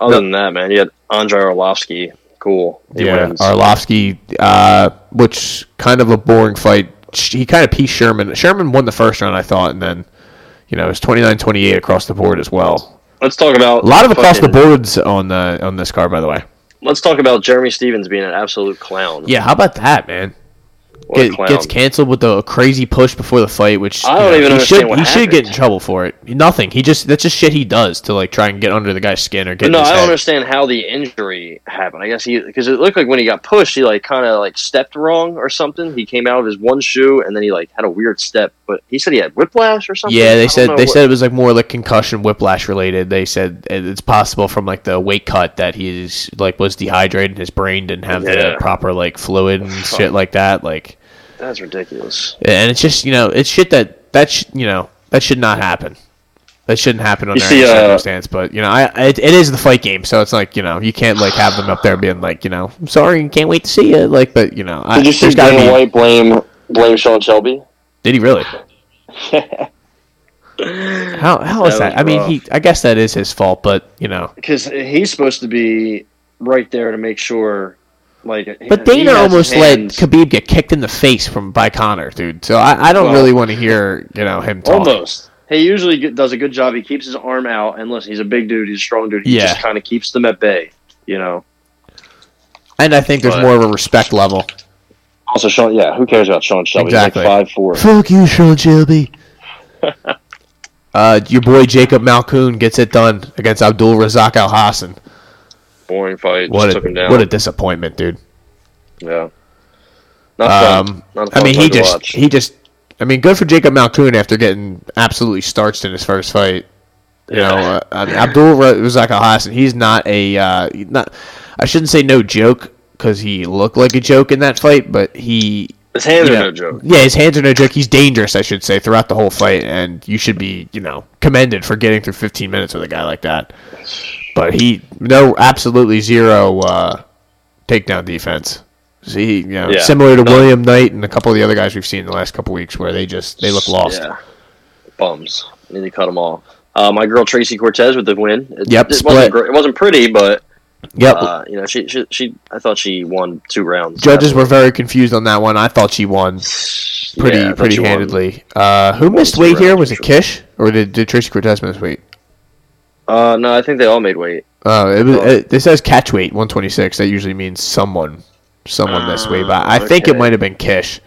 Speaker 3: Other than that, man, you had Andre Orlovsky. Cool. He wins.
Speaker 2: Arlovsky, uh, which kind of a boring fight. Sh- He kind of pieced Sherman. Sherman won the first round, I thought, and then you know it was 29-28 across the board as well.
Speaker 3: Let's talk about
Speaker 2: A lot of across the
Speaker 3: fucking-
Speaker 2: boards on the on this card, by the way.
Speaker 3: Let's talk about Jeremy Stevens being an absolute clown.
Speaker 2: Yeah, how about that, man?
Speaker 3: What a
Speaker 2: Get,
Speaker 3: clown.
Speaker 2: gets canceled with the crazy push before the fight, which
Speaker 3: I don't even
Speaker 2: he
Speaker 3: understand
Speaker 2: should,
Speaker 3: what
Speaker 2: he should get in
Speaker 3: happened.
Speaker 2: trouble for it. Nothing. He just that's just shit he does to like try and get under the guy's skin or get.
Speaker 3: But
Speaker 2: in
Speaker 3: no, I
Speaker 2: his
Speaker 3: don't
Speaker 2: head.
Speaker 3: understand how the injury happened. I guess he because it looked like when he got pushed, he like kind of like stepped wrong or something. He came out of his one shoe and then he like had a weird step. But he said he had whiplash or something.
Speaker 2: Yeah,
Speaker 3: I
Speaker 2: they
Speaker 3: don't
Speaker 2: said
Speaker 3: know
Speaker 2: they
Speaker 3: what-
Speaker 2: said it was like more like concussion whiplash related. They said it- it's possible from like the weight cut that he's like was dehydrated, his brain didn't have the
Speaker 3: Yeah.
Speaker 2: proper like fluid and shit like that. Like,
Speaker 3: that's ridiculous.
Speaker 2: and it's just you know it's shit that that sh- you know that should not happen. That shouldn't happen under
Speaker 3: You
Speaker 2: any
Speaker 3: see, uh,
Speaker 2: circumstance. But you know, I it, it is the fight game, so it's like you know you can't like have them up there being like you know I'm sorry, can't wait to see you. Like, but you know, I,
Speaker 3: Did you see
Speaker 2: there's gotta
Speaker 3: Dana
Speaker 2: be-
Speaker 3: White blame blame Sean *sighs* Shelby?
Speaker 2: Did he really? How how is that?
Speaker 3: That was
Speaker 2: I mean,
Speaker 3: rough.
Speaker 2: he I guess that is his fault, but you know.
Speaker 3: Because he's supposed to be right there to make sure. Like,
Speaker 2: But
Speaker 3: he
Speaker 2: Dana
Speaker 3: has his
Speaker 2: almost let
Speaker 3: hands-
Speaker 2: Khabib get kicked in the face from by Connor, dude. So I, I don't
Speaker 3: Well,
Speaker 2: really want to hear you know him talk.
Speaker 3: Almost. He usually get, does a good job. He keeps his arm out, and listen, he's a big dude. He's a strong dude. He
Speaker 2: Yeah.
Speaker 3: just kind of keeps them at bay, you know.
Speaker 2: And I think there's
Speaker 3: But-
Speaker 2: more of a respect level.
Speaker 3: Also, Sean. Yeah, who cares about Sean Shelby?
Speaker 2: Exactly.
Speaker 3: He's like five four.
Speaker 2: Fuck you, Sean Shelby. uh, your boy Jacob Malcoon gets it done against Abdul Razak Al Hassan.
Speaker 3: Boring fight.
Speaker 2: What
Speaker 3: just took him
Speaker 2: a
Speaker 3: down.
Speaker 2: what a disappointment, dude.
Speaker 3: yeah. Not
Speaker 2: Um,
Speaker 3: fun. Not a
Speaker 2: I
Speaker 3: fun
Speaker 2: mean,
Speaker 3: fight
Speaker 2: he
Speaker 3: to
Speaker 2: just
Speaker 3: watch.
Speaker 2: he just. I mean, good for Jacob Malcoon after getting absolutely starched in his first fight. You know,
Speaker 3: Yeah.
Speaker 2: uh, I mean, Abdul Ra- Razak Al Hassan. He's not a uh, not. I shouldn't say no joke because he looked like a joke in that fight, but he.
Speaker 3: His hands
Speaker 2: you
Speaker 3: are
Speaker 2: know-
Speaker 3: no joke.
Speaker 2: Yeah, his hands are no joke. He's dangerous, I should say, throughout the whole fight, and you should be, you know, commended for getting through 15 minutes with a guy like that. But he, no, absolutely zero uh, takedown defense. See, you know,
Speaker 3: Yeah.
Speaker 2: similar to William Knight and a couple of the other guys we've seen in the last couple of weeks, where they just they look lost.
Speaker 3: Yeah. Bums. I need to cut them all. Uh, my girl Tracy Cortez with the win. It,
Speaker 2: Yep,
Speaker 3: It
Speaker 2: split.
Speaker 3: wasn't great. It wasn't pretty, but
Speaker 2: Yep.
Speaker 3: uh, you know, she, she she. I thought she won two rounds.
Speaker 2: Judges were very confused on that one. I thought she won
Speaker 3: Yeah,
Speaker 2: pretty
Speaker 3: I thought
Speaker 2: pretty
Speaker 3: she won.
Speaker 2: handedly. Uh, who missed
Speaker 3: two
Speaker 2: weight here?
Speaker 3: rounds,
Speaker 2: Was it
Speaker 3: for
Speaker 2: Kish or did, did Tracy Cortez miss weight?
Speaker 3: Uh, no, I think they all made weight.
Speaker 2: Uh, it was.
Speaker 3: Oh.
Speaker 2: It, it says catch weight 126. That usually means someone, someone this way. But I think it
Speaker 3: okay.
Speaker 2: might have been Kish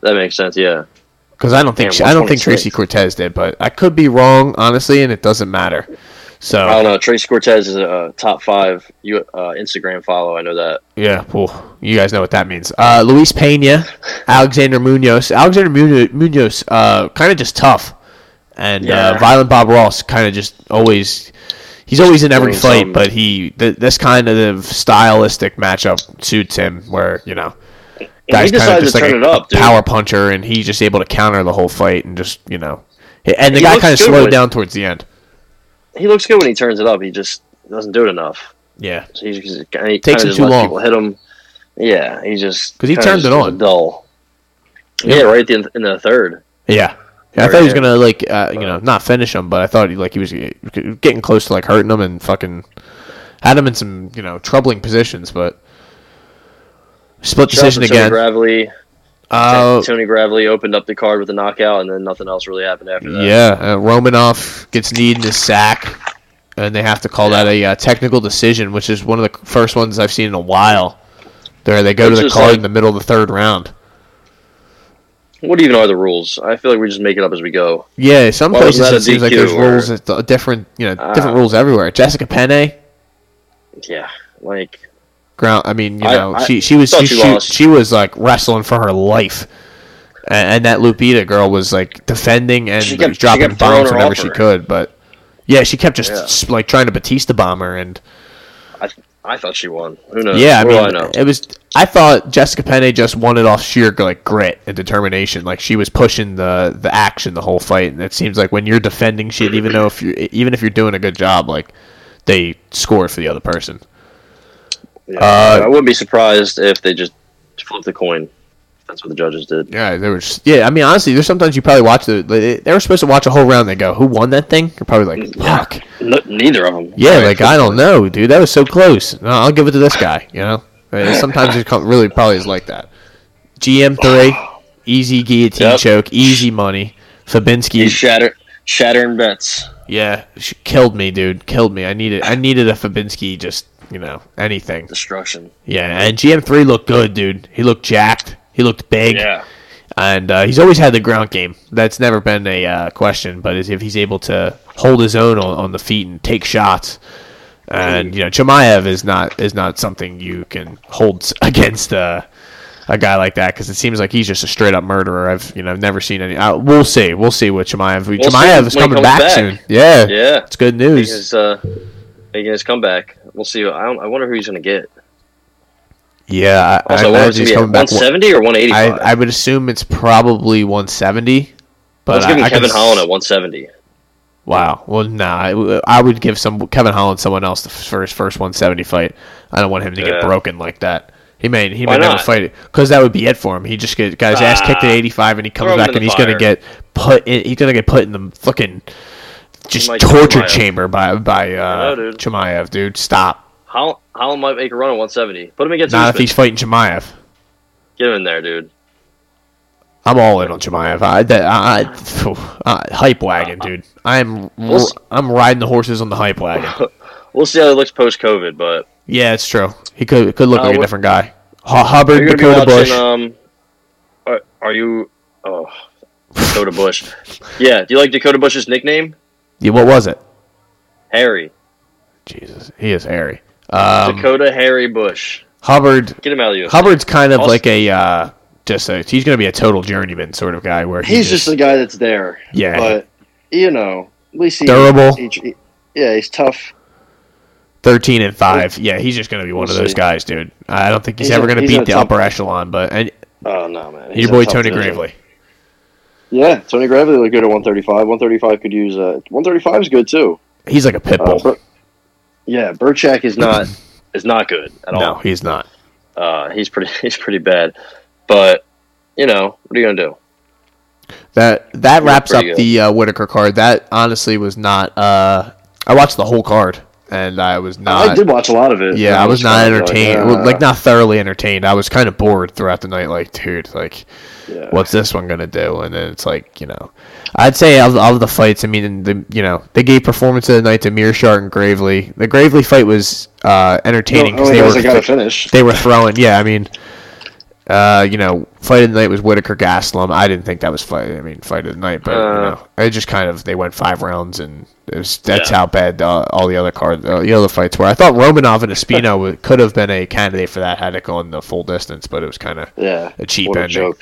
Speaker 3: That makes sense. Yeah.
Speaker 2: because I don't think
Speaker 3: Damn,
Speaker 2: she, I don't think
Speaker 3: 126.
Speaker 2: Tracy Cortez did, but I could be wrong honestly, and it doesn't matter. So
Speaker 3: I don't know. Tracy Cortez is a top five U- uh, Instagram follow. I know that.
Speaker 2: yeah, cool. You guys know what that means. Uh, Luis Pena, Alexander Munoz, Alexander Muno- Munoz, uh, kind of just tough, and uh,
Speaker 3: Yeah.
Speaker 2: Violent Bob Ross kind of just always. He's always in every
Speaker 3: Doing
Speaker 2: fight,
Speaker 3: some-
Speaker 2: but he th- this kind of stylistic matchup suits him. Where you know,
Speaker 3: And he
Speaker 2: guy's kind of
Speaker 3: decided to
Speaker 2: just like
Speaker 3: turn
Speaker 2: a,
Speaker 3: it up, dude.
Speaker 2: power puncher, and he's just able to counter the whole fight and just you know, and the
Speaker 3: He
Speaker 2: guy
Speaker 3: looks
Speaker 2: kind of
Speaker 3: good
Speaker 2: slowed
Speaker 3: with-
Speaker 2: down towards the end.
Speaker 3: He looks good when he turns it up. He just doesn't do it enough.
Speaker 2: Yeah,
Speaker 3: So he's, he's, he
Speaker 2: Takes him
Speaker 3: kinda just
Speaker 2: too
Speaker 3: lets
Speaker 2: long.
Speaker 3: People hit him. Yeah, he just
Speaker 2: 'Cause he
Speaker 3: kinda
Speaker 2: turned it
Speaker 3: just
Speaker 2: on.
Speaker 3: Dull.
Speaker 2: Yeah.
Speaker 3: Yeah, right at the end, in the third.
Speaker 2: yeah. Yeah, I thought he was
Speaker 3: Yeah.
Speaker 2: gonna like uh, you know not finish him, but I thought he like he was uh, getting close to like hurting him and fucking had him in some you know troubling positions, but split
Speaker 3: Shout out
Speaker 2: decision
Speaker 3: to Tony
Speaker 2: again.
Speaker 3: Gravely.
Speaker 2: Uh,
Speaker 3: Tony Gravely opened up the card with a knockout, and then nothing else really happened after that.
Speaker 2: Yeah, uh, Romanoff gets kneed in his sack, and they have to call that a uh, technical decision, which is one of the first ones I've seen in a while. There, they go
Speaker 3: Which
Speaker 2: to the
Speaker 3: is
Speaker 2: card
Speaker 3: like-
Speaker 2: in the middle of the third round.
Speaker 3: What even are the rules? I feel like we just make it up as we go.
Speaker 2: Yeah, some
Speaker 3: Why
Speaker 2: places
Speaker 3: wasn't
Speaker 2: it
Speaker 3: that a
Speaker 2: seems like
Speaker 3: DQ
Speaker 2: there's
Speaker 3: or-
Speaker 2: rules, uh, that th- different you know different
Speaker 3: Ah.
Speaker 2: rules everywhere. Jessica Penne,
Speaker 3: Yeah, like
Speaker 2: ground. I mean, you
Speaker 3: I-
Speaker 2: know,
Speaker 3: I
Speaker 2: she she was
Speaker 3: thought
Speaker 2: she,
Speaker 3: she
Speaker 2: she,
Speaker 3: lost.
Speaker 2: she was like wrestling for her life, and, and that Lupita girl was like defending and
Speaker 3: She kept-
Speaker 2: like, dropping
Speaker 3: she kept throwing
Speaker 2: bombs
Speaker 3: her
Speaker 2: whenever
Speaker 3: off
Speaker 2: she
Speaker 3: her.
Speaker 2: could. But yeah, she kept just
Speaker 3: Yeah.
Speaker 2: s like trying to Batista bomb her, and
Speaker 3: I, I thought she won. Who knows?
Speaker 2: yeah, I
Speaker 3: What do
Speaker 2: mean,
Speaker 3: Uh,
Speaker 2: uh,
Speaker 3: I know?
Speaker 2: it was. I thought Jessica Penne just won it off sheer like grit and determination. Like she was pushing the the action the whole fight, and it seems like when you're defending shit, even though if you are even if you're doing a good job, like they score for the other person.
Speaker 3: Yeah.
Speaker 2: uh,
Speaker 3: I wouldn't be surprised if they just flipped the coin. That's what the judges did.
Speaker 2: Yeah, there was. Yeah, I mean, honestly, there's sometimes you probably watch the. They they were supposed to watch a whole round. They go, "Who won that thing?" You're probably like,
Speaker 3: Yeah.
Speaker 2: "Fuck."
Speaker 3: No, neither of them.
Speaker 2: Yeah, like I don't know, dude. That was so close. No, I'll give it to this guy. You know, Uh, sometimes it co- really probably is like that. GM three, easy guillotine
Speaker 3: Yep.
Speaker 2: choke, easy money.
Speaker 3: He's
Speaker 2: Fabinski,
Speaker 3: shatter, shattering bets.
Speaker 2: yeah, sh- killed me, dude. Killed me. I needed. I needed a Fabinski. Just you know, anything.
Speaker 3: Destruction.
Speaker 2: Yeah, and GM three looked good, dude. He looked jacked. He looked big.
Speaker 3: Yeah.
Speaker 2: and uh, he's always had the ground game. That's never been a uh, question. But is if he's able to hold his own on, on the feet and take shots, and you know Chimaev is not is not something you can hold s- *laughs* against uh, a guy like that because it seems like he's just a straight up murderer. I've you know I've never seen any. Uh, we'll see. We'll see what Chimaev.
Speaker 3: see
Speaker 2: Chimaev
Speaker 3: when
Speaker 2: is
Speaker 3: he
Speaker 2: coming
Speaker 3: comes
Speaker 2: back,
Speaker 3: back.
Speaker 2: soon. Yeah,
Speaker 3: Yeah.
Speaker 2: it's good news.
Speaker 3: Because uh, making his comeback. We'll see. I, don't, I wonder who he's going to get.
Speaker 2: yeah, I, I
Speaker 3: Also, I wonder
Speaker 2: imagine
Speaker 3: if it's
Speaker 2: he's
Speaker 3: gonna
Speaker 2: coming
Speaker 3: be
Speaker 2: back.
Speaker 3: 170 or 185.
Speaker 2: I, I would assume it's probably 170. But
Speaker 3: Let's give him
Speaker 2: I, I
Speaker 3: Kevin
Speaker 2: can,
Speaker 3: Holland at 170.
Speaker 2: Wow. Well, nah. I w- I would give some Kevin Holland someone else the first first 170 fight. I don't want him to get
Speaker 3: Yeah.
Speaker 2: broken like that. He may he
Speaker 3: Why
Speaker 2: may never
Speaker 3: not?
Speaker 2: fight it because that would be it for him. He just get, got his ass kicked at
Speaker 3: Ah.
Speaker 2: 85 and he comes
Speaker 3: Throw him
Speaker 2: back
Speaker 3: in the
Speaker 2: and he's gonna
Speaker 3: fire.
Speaker 2: get put. In, he's gonna get put in the fucking just
Speaker 3: might
Speaker 2: torture
Speaker 3: Chimaev.
Speaker 2: chamber by by uh,
Speaker 3: know, dude.
Speaker 2: Chimaev, dude. Stop.
Speaker 3: Holland, Holland might make a run at 170. Put him against
Speaker 2: Not if
Speaker 3: Usman.
Speaker 2: he's fighting Chimaev.
Speaker 3: Get him in there, dude.
Speaker 2: I'm all in on Chimaev. I, that, I, I- phew, uh, hype wagon, dude. I'm
Speaker 3: We'll s-
Speaker 2: I'm riding the horses on the hype wagon.
Speaker 3: We'll see how he looks post COVID, but
Speaker 2: Yeah, it's true. He could could look
Speaker 3: Uh,
Speaker 2: like a
Speaker 3: what-
Speaker 2: different guy. Hu-
Speaker 3: are
Speaker 2: Hubbard,
Speaker 3: you going to be
Speaker 2: Dakota
Speaker 3: watching?
Speaker 2: Bush.
Speaker 3: Um, are, are you? Oh, Dakota Bush. Yeah. Do you like Dakota Bush's nickname?
Speaker 2: yeah, what was it?
Speaker 3: Harry.
Speaker 2: Jesus, he is hairy. Um,
Speaker 3: Dakota Harry Bush.
Speaker 2: Hubbard
Speaker 3: Get him out of the UFC.
Speaker 2: Hubbard's kind of
Speaker 3: Also-
Speaker 2: like a uh, just a, he's gonna be a total journeyman sort of guy where he
Speaker 3: He's just the guy that's there.
Speaker 2: Yeah.
Speaker 3: But you know, at least he,
Speaker 2: Durable.
Speaker 3: he- he- yeah, he's tough.
Speaker 2: thirteen and five. Yeah, he's just gonna be one
Speaker 3: We'll
Speaker 2: of those
Speaker 3: see.
Speaker 2: guys, dude. I don't think he's,
Speaker 3: He's
Speaker 2: ever
Speaker 3: a-
Speaker 2: gonna
Speaker 3: he's
Speaker 2: beat
Speaker 3: a
Speaker 2: the
Speaker 3: tough-
Speaker 2: upper echelon, but and
Speaker 3: Oh no, man. He's
Speaker 2: your
Speaker 3: a
Speaker 2: boy
Speaker 3: tough
Speaker 2: Tony
Speaker 3: division.
Speaker 2: Gravely.
Speaker 3: Yeah, Tony Gravely would go to 135. 135 could use. Uh, 135 is good too.
Speaker 2: He's like a pit
Speaker 3: Uh,
Speaker 2: bull.
Speaker 3: Bur- yeah, Burchak
Speaker 2: *laughs*
Speaker 3: is not is not good at
Speaker 2: no,
Speaker 3: all.
Speaker 2: he's not.
Speaker 3: Uh, he's pretty *laughs* he's pretty bad. But you know, what are you gonna do?
Speaker 2: That that
Speaker 3: He was
Speaker 2: wraps up
Speaker 3: pretty good.
Speaker 2: the uh, Whitaker card. That honestly was not. Uh, I watched the whole card and I was not.
Speaker 4: I did watch a lot of it.
Speaker 2: Yeah, I was not
Speaker 4: trying to,
Speaker 2: entertained.
Speaker 4: Like,
Speaker 2: well, like not thoroughly entertained. I was kind of bored throughout the night. Like, dude, like,
Speaker 4: Yeah.
Speaker 2: what's this one gonna do? And then it's like, you know, I'd say of, of the fights, I mean, the you know, they gave performance of the night to Mearshart and Gravely. The Gravely fight was uh, entertaining
Speaker 4: because
Speaker 2: because
Speaker 4: they oh, I
Speaker 2: they were
Speaker 4: got to finish.
Speaker 2: they were throwing. Yeah, I mean, uh, you know, fight of the night was Whitaker Gaslam. I didn't think that was fight. I mean, fight of the night, but you
Speaker 3: Uh.
Speaker 2: know, it just kind of they went five rounds, and it was, that's
Speaker 3: Yeah.
Speaker 2: how bad uh, all the other cards, uh, the other fights were. I thought Romanov and Espino would- could have been a candidate for that had it gone the full distance, but it was kind of
Speaker 4: Yeah.
Speaker 2: a cheap
Speaker 4: What a
Speaker 2: ending.
Speaker 4: joke.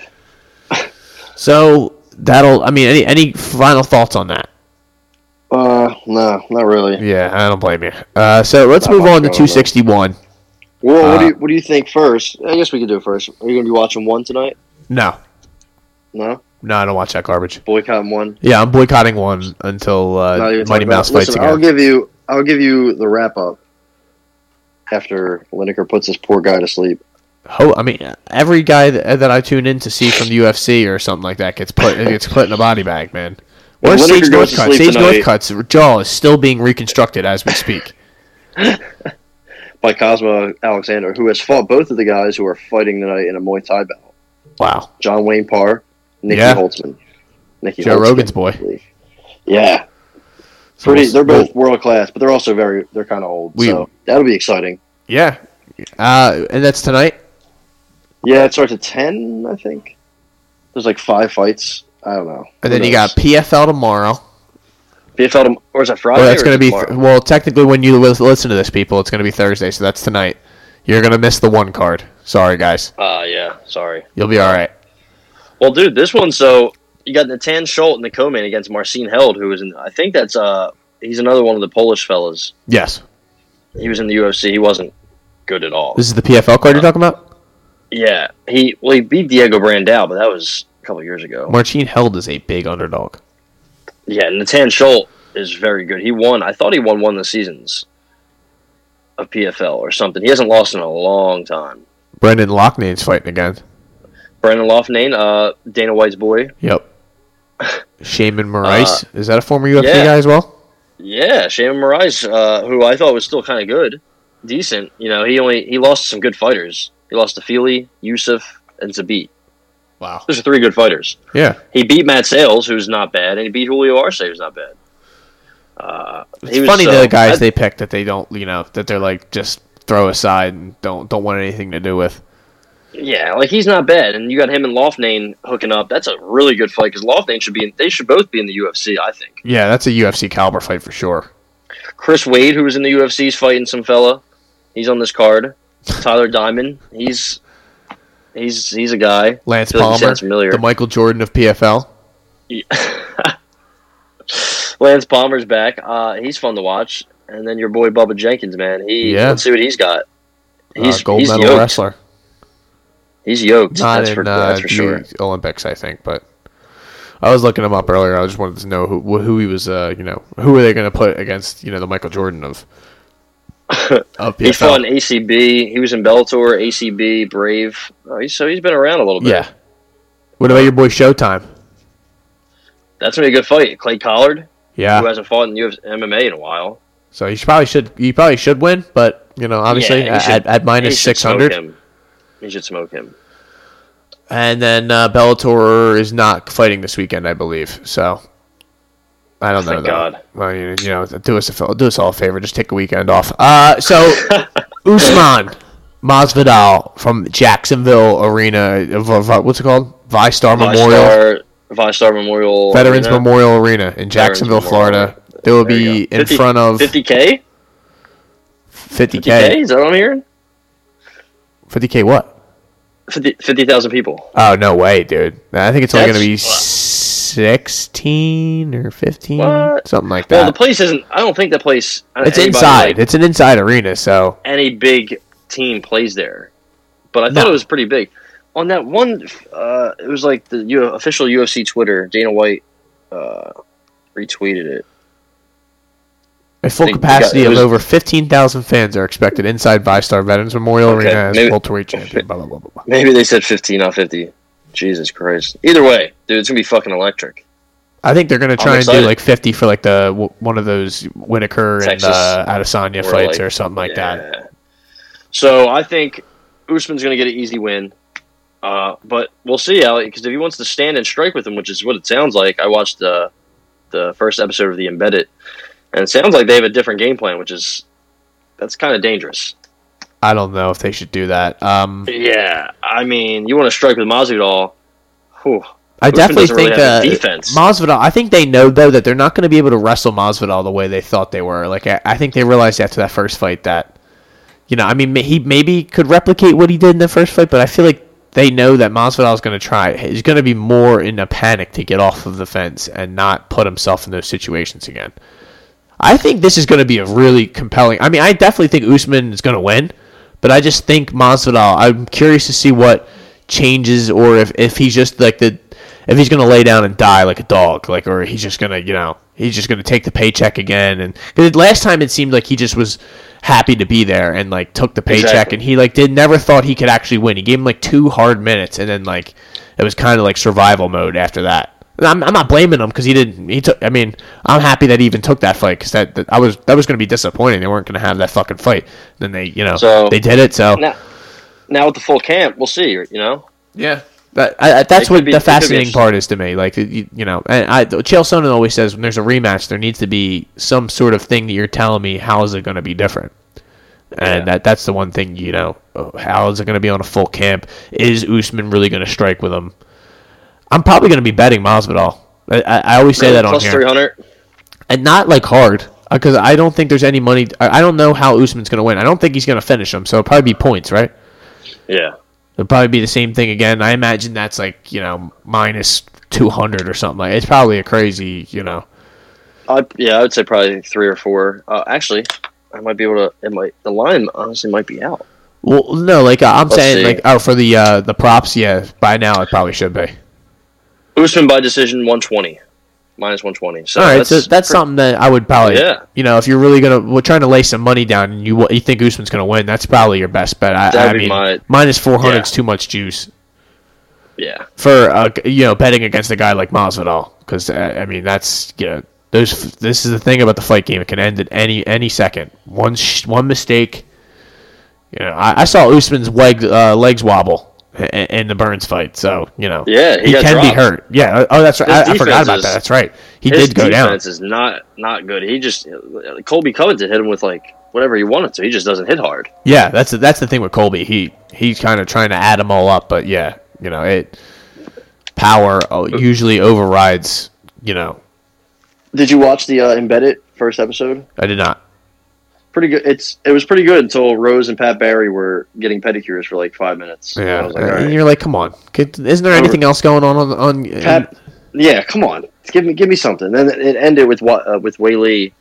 Speaker 2: So that'll. I mean, any any final thoughts on that?
Speaker 4: Uh, no, not really.
Speaker 2: Yeah, I don't blame you. Uh, so let's move
Speaker 4: much
Speaker 2: on to
Speaker 4: going on.
Speaker 2: 261.
Speaker 4: Well, what do
Speaker 2: Uh,
Speaker 4: you what do you think first? I guess we could do it first. Are you going to be watching one tonight?
Speaker 2: No,
Speaker 4: No,
Speaker 2: no, I don't watch that garbage.
Speaker 4: boycott one.
Speaker 2: Yeah, I'm boycotting one until
Speaker 4: Not
Speaker 2: uh,
Speaker 4: even
Speaker 2: Mighty
Speaker 4: talking about-
Speaker 2: Mouse fights
Speaker 4: Listen,
Speaker 2: again.
Speaker 4: I'll give you I'll give you the wrap up after Lineker puts this poor guy to sleep.
Speaker 2: Ho- I mean, every guy that, that I tune in to see from the UFC or something like that gets put gets put in a body bag, man.
Speaker 4: If
Speaker 2: Where's
Speaker 4: Whitaker
Speaker 2: Sage
Speaker 4: goes to
Speaker 2: Northcutt?
Speaker 4: sleep
Speaker 2: Sage
Speaker 4: tonight-
Speaker 2: Northcutt's jaw is still being reconstructed as
Speaker 4: *laughs*
Speaker 2: we speak.
Speaker 4: by Cosmo Alexander, who has fought both of the guys who are fighting tonight in a Muay Thai bout.
Speaker 2: Wow,
Speaker 4: John Wayne Parr, Nikki
Speaker 2: Yeah.
Speaker 4: Holtzman. Nikki
Speaker 2: Joe
Speaker 4: Holtzman.
Speaker 2: Rogan's boy.
Speaker 4: Yeah.
Speaker 2: So
Speaker 4: Pretty
Speaker 2: we'll-
Speaker 4: they're both
Speaker 2: we'll-
Speaker 4: world class, but they're also very they're kinda old.
Speaker 2: We-
Speaker 4: so that'll be exciting.
Speaker 2: yeah, uh, and that's tonight.
Speaker 4: Yeah, it starts at ten, I think. There's like five fights. I don't know.
Speaker 2: And then
Speaker 4: Who
Speaker 2: you got
Speaker 4: knows?
Speaker 2: PFL tomorrow.
Speaker 3: PFL tom- or is it Friday?
Speaker 2: Well, that's
Speaker 3: or
Speaker 2: going to
Speaker 3: is it
Speaker 2: be
Speaker 3: tomorrow?
Speaker 2: well, technically when you lis- listen to this, people, it's going to be Thursday, so that's tonight. You're gonna miss the one card. Sorry, guys.
Speaker 3: Ah, yeah. Sorry.
Speaker 2: You'll be all right.
Speaker 3: Well, dude, this one. So you got Natan Schult in the co-main against Marcin Held, who was in. I think that's uh, he's another one of the Polish fellas.
Speaker 2: Yes.
Speaker 3: He was in the UFC. He wasn't good at all.
Speaker 2: This is the PFL card you're talking about.
Speaker 3: Yeah, he well he beat Diego Brandao, but that was a couple years ago.
Speaker 2: Marcin Held is a big underdog.
Speaker 3: Yeah, Natan Schult is very good. He won. I thought he won one of the seasons of PFL or something. He hasn't lost in a long time.
Speaker 2: Brendan Lochnane's fighting again.
Speaker 3: Brandon Loughnane, uh, Dana White's boy.
Speaker 2: Yep. Shaman Morais. is that a former UFC
Speaker 3: Uh, yeah.
Speaker 2: guy as well?
Speaker 3: Yeah, Shaman Morais, uh, who I thought was still kind of good, decent. You know, he only he lost some good fighters. He lost to Feely, Yusuf, and Zabit.
Speaker 2: Wow.
Speaker 3: Those are three good fighters.
Speaker 2: Yeah.
Speaker 3: He beat Matt Sales, who's not bad, and he beat Julio Arce, who's not bad. Uh,
Speaker 2: It's
Speaker 3: he was,
Speaker 2: funny
Speaker 3: uh,
Speaker 2: the guys
Speaker 3: I-
Speaker 2: they pick that they don't, you know, that they're like just throw aside and don't don't want anything to do with.
Speaker 3: Yeah, like he's not bad, and you got him and Loughnane hooking up. That's a really good fight because Loughnane should be. In, they should both be in the UFC, I think.
Speaker 2: Yeah, that's a UFC caliber fight for sure.
Speaker 3: Chris Wade, who was in the UFC, is fighting some fella. He's on this card. Tyler Diamond. He's he's he's a guy.
Speaker 2: Lance
Speaker 3: Feels like he
Speaker 2: Palmer,
Speaker 3: sounds familiar.
Speaker 2: the Michael Jordan of PFL.
Speaker 3: Lance Palmer's back. Uh, he's fun to watch. And then your boy Bubba Jenkins, man. He
Speaker 2: Yeah.
Speaker 3: let's see what he's got. He's
Speaker 2: uh, gold
Speaker 3: he's
Speaker 2: medal
Speaker 3: yoked.
Speaker 2: wrestler.
Speaker 3: He's yoked.
Speaker 2: Not
Speaker 3: that's
Speaker 2: in
Speaker 3: for
Speaker 2: uh,
Speaker 3: that's for sure.
Speaker 2: the Olympics, I think, but I was looking him up earlier. I just wanted to know who who he was. Uh, you know, who are they going to put against? You know, the Michael Jordan
Speaker 3: *laughs*
Speaker 2: of of
Speaker 3: He's fought
Speaker 2: PFL.
Speaker 3: in ACB. He was in Bellator, ACB, Brave. Oh, he's, so he's been around a little bit.
Speaker 2: Yeah. What about your boy Showtime?
Speaker 3: That's gonna be a good fight. Clay Collard, who
Speaker 2: Yeah.
Speaker 3: hasn't fought in UFC, MMA in a while.
Speaker 2: So he should- probably should. He probably should win, but you know, obviously
Speaker 3: he
Speaker 2: at,
Speaker 3: should-
Speaker 2: at, at minus
Speaker 3: He should
Speaker 2: six
Speaker 3: smoke
Speaker 2: hundred.
Speaker 3: him. He should smoke him.
Speaker 2: And then uh, Bellator is not fighting this weekend, I believe. So I don't know.
Speaker 3: Thank
Speaker 2: though.
Speaker 3: God.
Speaker 2: Well, you, you know, do us a do us all a favor. Just take a weekend off. Uh,
Speaker 3: *laughs*
Speaker 2: so Usman Masvidal from Jacksonville Arena. uh, Vi- Vi- What's it called? ViStar Memorial
Speaker 3: Vistar, Vistar Memorial
Speaker 2: Veterans
Speaker 3: Arena.
Speaker 2: Memorial Arena in Jacksonville,
Speaker 3: Memorial.
Speaker 2: Florida. They will
Speaker 3: There
Speaker 2: be
Speaker 3: you go.
Speaker 2: in
Speaker 3: 50
Speaker 2: front of
Speaker 3: 50k. 50k
Speaker 2: 50k.
Speaker 3: is that what I'm hearing?
Speaker 2: 50k what?
Speaker 3: 50 50,000 people.
Speaker 2: Oh no way, dude! I think it's only going to be
Speaker 3: That's-
Speaker 2: sixteen or fifteen,
Speaker 3: What?
Speaker 2: something like that.
Speaker 3: Well, the place isn't. I don't think the place. uh,
Speaker 2: it's
Speaker 3: anybody,
Speaker 2: inside.
Speaker 3: like,
Speaker 2: it's an inside arena, so
Speaker 3: any big team plays there, but I thought
Speaker 2: No.
Speaker 3: it was pretty big. On that one, uh, it was like the U- official UFC Twitter. Dana White uh, retweeted it.
Speaker 2: a full
Speaker 3: They- they
Speaker 2: capacity
Speaker 3: got- it
Speaker 2: of
Speaker 3: was-
Speaker 2: over fifteen thousand fans are expected inside ViStar Veterans Memorial
Speaker 3: Okay,
Speaker 2: Arena as
Speaker 3: maybe-
Speaker 2: welterweight champion. Blah blah blah blah. blah.
Speaker 3: Maybe they said 15, not 50. Jesus Christ. Either way, dude, it's gonna be fucking electric.
Speaker 2: I think they're going to try and do
Speaker 3: excited.
Speaker 2: like fifty for like the w- one of those Whitaker
Speaker 3: Texas
Speaker 2: and uh, Adesanya
Speaker 3: or,
Speaker 2: fights
Speaker 3: like-
Speaker 2: or something like that.
Speaker 3: Yeah. So I think Usman's gonna get an easy win. Uh, but we'll see, Ali, because if he wants to stand and strike with him, which is what it sounds like, I watched uh, the first episode of the Embedded, and it sounds like they have a different game plan, which is that's kind of dangerous.
Speaker 2: I don't know if they should do that. Um,
Speaker 3: Yeah, I mean, you want to strike with Masvidal. Whew.
Speaker 2: I
Speaker 3: Usman
Speaker 2: definitely
Speaker 3: doesn't really
Speaker 2: think
Speaker 3: have the
Speaker 2: uh,
Speaker 3: defense.
Speaker 2: Masvidal. I think they know though that they're not going to be able to wrestle Masvidal the way they thought they were. Like I, I think they realized after that first fight that, you know, I mean, ma- he maybe could replicate what he did in the first fight, but I feel like they know that Masvidal is going to try. He's going to be more in a panic to get off of the fence and not put himself in those situations again. I think this is going to be a really compelling. I mean, I definitely think Usman is going to win, but I just think Masvidal. I'm curious to see what changes or if, if he's just like the if he's going to lay down and die like a dog, like or he's just going to you know he's just going to take the paycheck again. And 'cause last time it seemed like he just was happy to be there and like took the paycheck
Speaker 3: Exactly.
Speaker 2: and he like did never thought he could actually win. He gave him like two hard minutes and then like it was kind of like survival mode after that. And I'm, I'm not blaming him because he didn't. He took. I mean, I'm happy that he even took that fight because that, that I was that was going to be disappointing. They weren't going to have that fucking fight. Then they, you know,
Speaker 3: So-
Speaker 2: they did it. So
Speaker 3: Now, now with the full camp, we'll see. You know,
Speaker 2: yeah, that, I, I- that's
Speaker 3: It could
Speaker 2: what
Speaker 3: be- it
Speaker 2: the
Speaker 3: could be
Speaker 2: fascinating
Speaker 3: interesting.
Speaker 2: part is to me. Like you, you know, and I Chael Sonnen always says when there's a rematch, there needs to be some sort of thing that you're telling me how is it going to be different. And
Speaker 3: Yeah.
Speaker 2: that that's the one thing you know. uh, How is it going to be on a full camp? Is Usman really going to strike with him? I'm probably going to be betting Masvidal. I, I, I always say that on here
Speaker 3: three hundred.
Speaker 2: and not like hard. Because I don't think there's any money. I I don't know how Usman's going to win. I don't think he's going to finish him, so it'll probably be points, right?
Speaker 3: Yeah.
Speaker 2: It'll probably be the same thing again. I imagine that's like you know minus two hundred or something. Like it's probably a crazy you know.
Speaker 3: I yeah, I would say probably three or four. Uh, actually, I might be able to. It might the line honestly might be out.
Speaker 2: Well, no, like uh, I'm
Speaker 3: Let's
Speaker 2: saying,
Speaker 3: see.
Speaker 2: like oh for the uh, the props, yeah. By now it probably should be.
Speaker 3: Usman by decision one twenty, minus one twenty. So
Speaker 2: All right,
Speaker 3: that's,
Speaker 2: so that's
Speaker 3: pretty-
Speaker 2: something that I would probably,
Speaker 3: Yeah.
Speaker 2: you know, if you're really gonna, we're trying to lay some money down, and you wa- you think Usman's gonna win, that's probably your best bet. I,
Speaker 3: That'd
Speaker 2: I
Speaker 3: be
Speaker 2: mean,
Speaker 3: my-
Speaker 2: minus four hundred
Speaker 3: yeah.
Speaker 2: is too much juice
Speaker 3: Yeah,
Speaker 2: for uh, you know betting against a guy like Masvidal, because uh, I mean that's you know those this is the thing about the fight game; it can end at any any second. One sh- one mistake, you know. I, I saw Usman's leg uh, legs wobble i- i- in the Burns fight, so you know,
Speaker 3: Yeah, he
Speaker 2: he,
Speaker 3: got
Speaker 2: can be
Speaker 3: dropped.
Speaker 2: hurt. Yeah, oh, that's right.
Speaker 3: His
Speaker 2: I, I forgot
Speaker 3: defense
Speaker 2: about
Speaker 3: is-
Speaker 2: that. That's right. He
Speaker 3: his
Speaker 2: did go down.
Speaker 3: defense is not not good. He just Colby Covington hit him with like whatever he wanted to. He just doesn't hit hard.
Speaker 2: Yeah, that's the, that's the thing with Colby. He he's kind of trying to add them all up, but yeah, you know it. Power uh, usually overrides. You know,
Speaker 4: Did you watch the uh, embedded first episode?
Speaker 2: I did not.
Speaker 4: Pretty good. It's it was pretty good until Rose and Pat Barry were getting pedicures for like five minutes. And I
Speaker 2: Yeah, uh,
Speaker 4: was like,
Speaker 2: and
Speaker 4: all right.
Speaker 2: you're like, come on, kid, isn't there anything else going on on? on uh,
Speaker 4: Pat, yeah, come on,
Speaker 3: Give me give me something. Then it ended with what uh, with Whaley,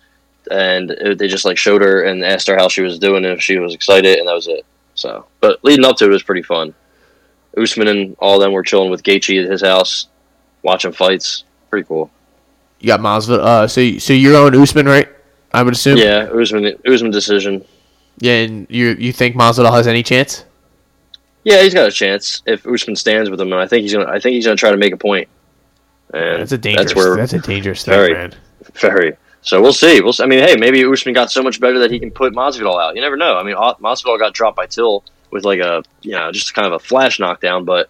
Speaker 3: and it, they just like showed her and asked her how she was doing and if she was excited, and that was it. So, but leading up to it was pretty fun. Usman and all them were chilling with Gaethje at his house, watching fights. Pretty cool.
Speaker 2: you got Masvidal. Uh, so you- so you're on Usman, right? I would assume.
Speaker 3: Yeah, Usman Usman decision.
Speaker 2: Yeah, and you you think Masvidal has any chance?
Speaker 3: Yeah, he's got a chance if Usman stands with him, and I think he's gonna. I think he's gonna try to make a point. And
Speaker 2: That's a dangerous. That's,
Speaker 3: That's where
Speaker 2: a dangerous thing,
Speaker 3: Very.
Speaker 2: man.
Speaker 3: very. So we'll see. We'll. See. I mean, hey, maybe Usman got so much better that he can put Masvidal out. You never know. I mean, O- Masvidal got dropped by Till with like a you know just kind of a flash knockdown, but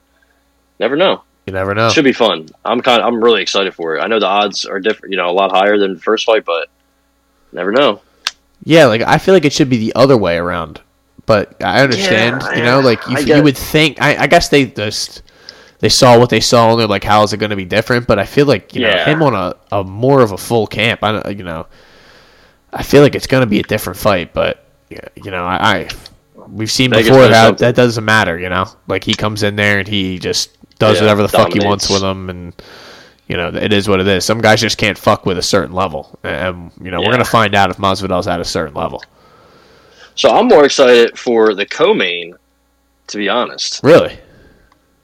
Speaker 3: never know.
Speaker 2: You never know.
Speaker 3: Should be fun. I'm kind. I'm really excited for it. I know the odds are different. You know, a lot higher than the first fight, but never know.
Speaker 2: Yeah, like I feel like it should be the other way around, but I understand.
Speaker 3: Yeah,
Speaker 2: you know, like you,
Speaker 3: I
Speaker 2: you
Speaker 3: get-
Speaker 2: would think. I, I guess they just they saw what they saw and they're like, how is it going to be different? But I feel like you know
Speaker 3: Yeah.
Speaker 2: him on a, a more of a full camp. I don't, you know, I feel like it's going to be a different fight, but yeah, you know, I, I we've seen
Speaker 3: Vegas
Speaker 2: before
Speaker 3: knows
Speaker 2: how
Speaker 3: something.
Speaker 2: that doesn't matter. You know, like he comes in there and he just does
Speaker 3: Yeah,
Speaker 2: whatever the fuck he wants
Speaker 3: dominates.
Speaker 2: with him and. You know, it is what it is. Some guys just can't fuck with a certain level, and you know we're
Speaker 3: Yeah.
Speaker 2: gonna find out if Masvidal's at a certain level.
Speaker 3: So I'm more excited for the co-main. To be honest,
Speaker 2: Really?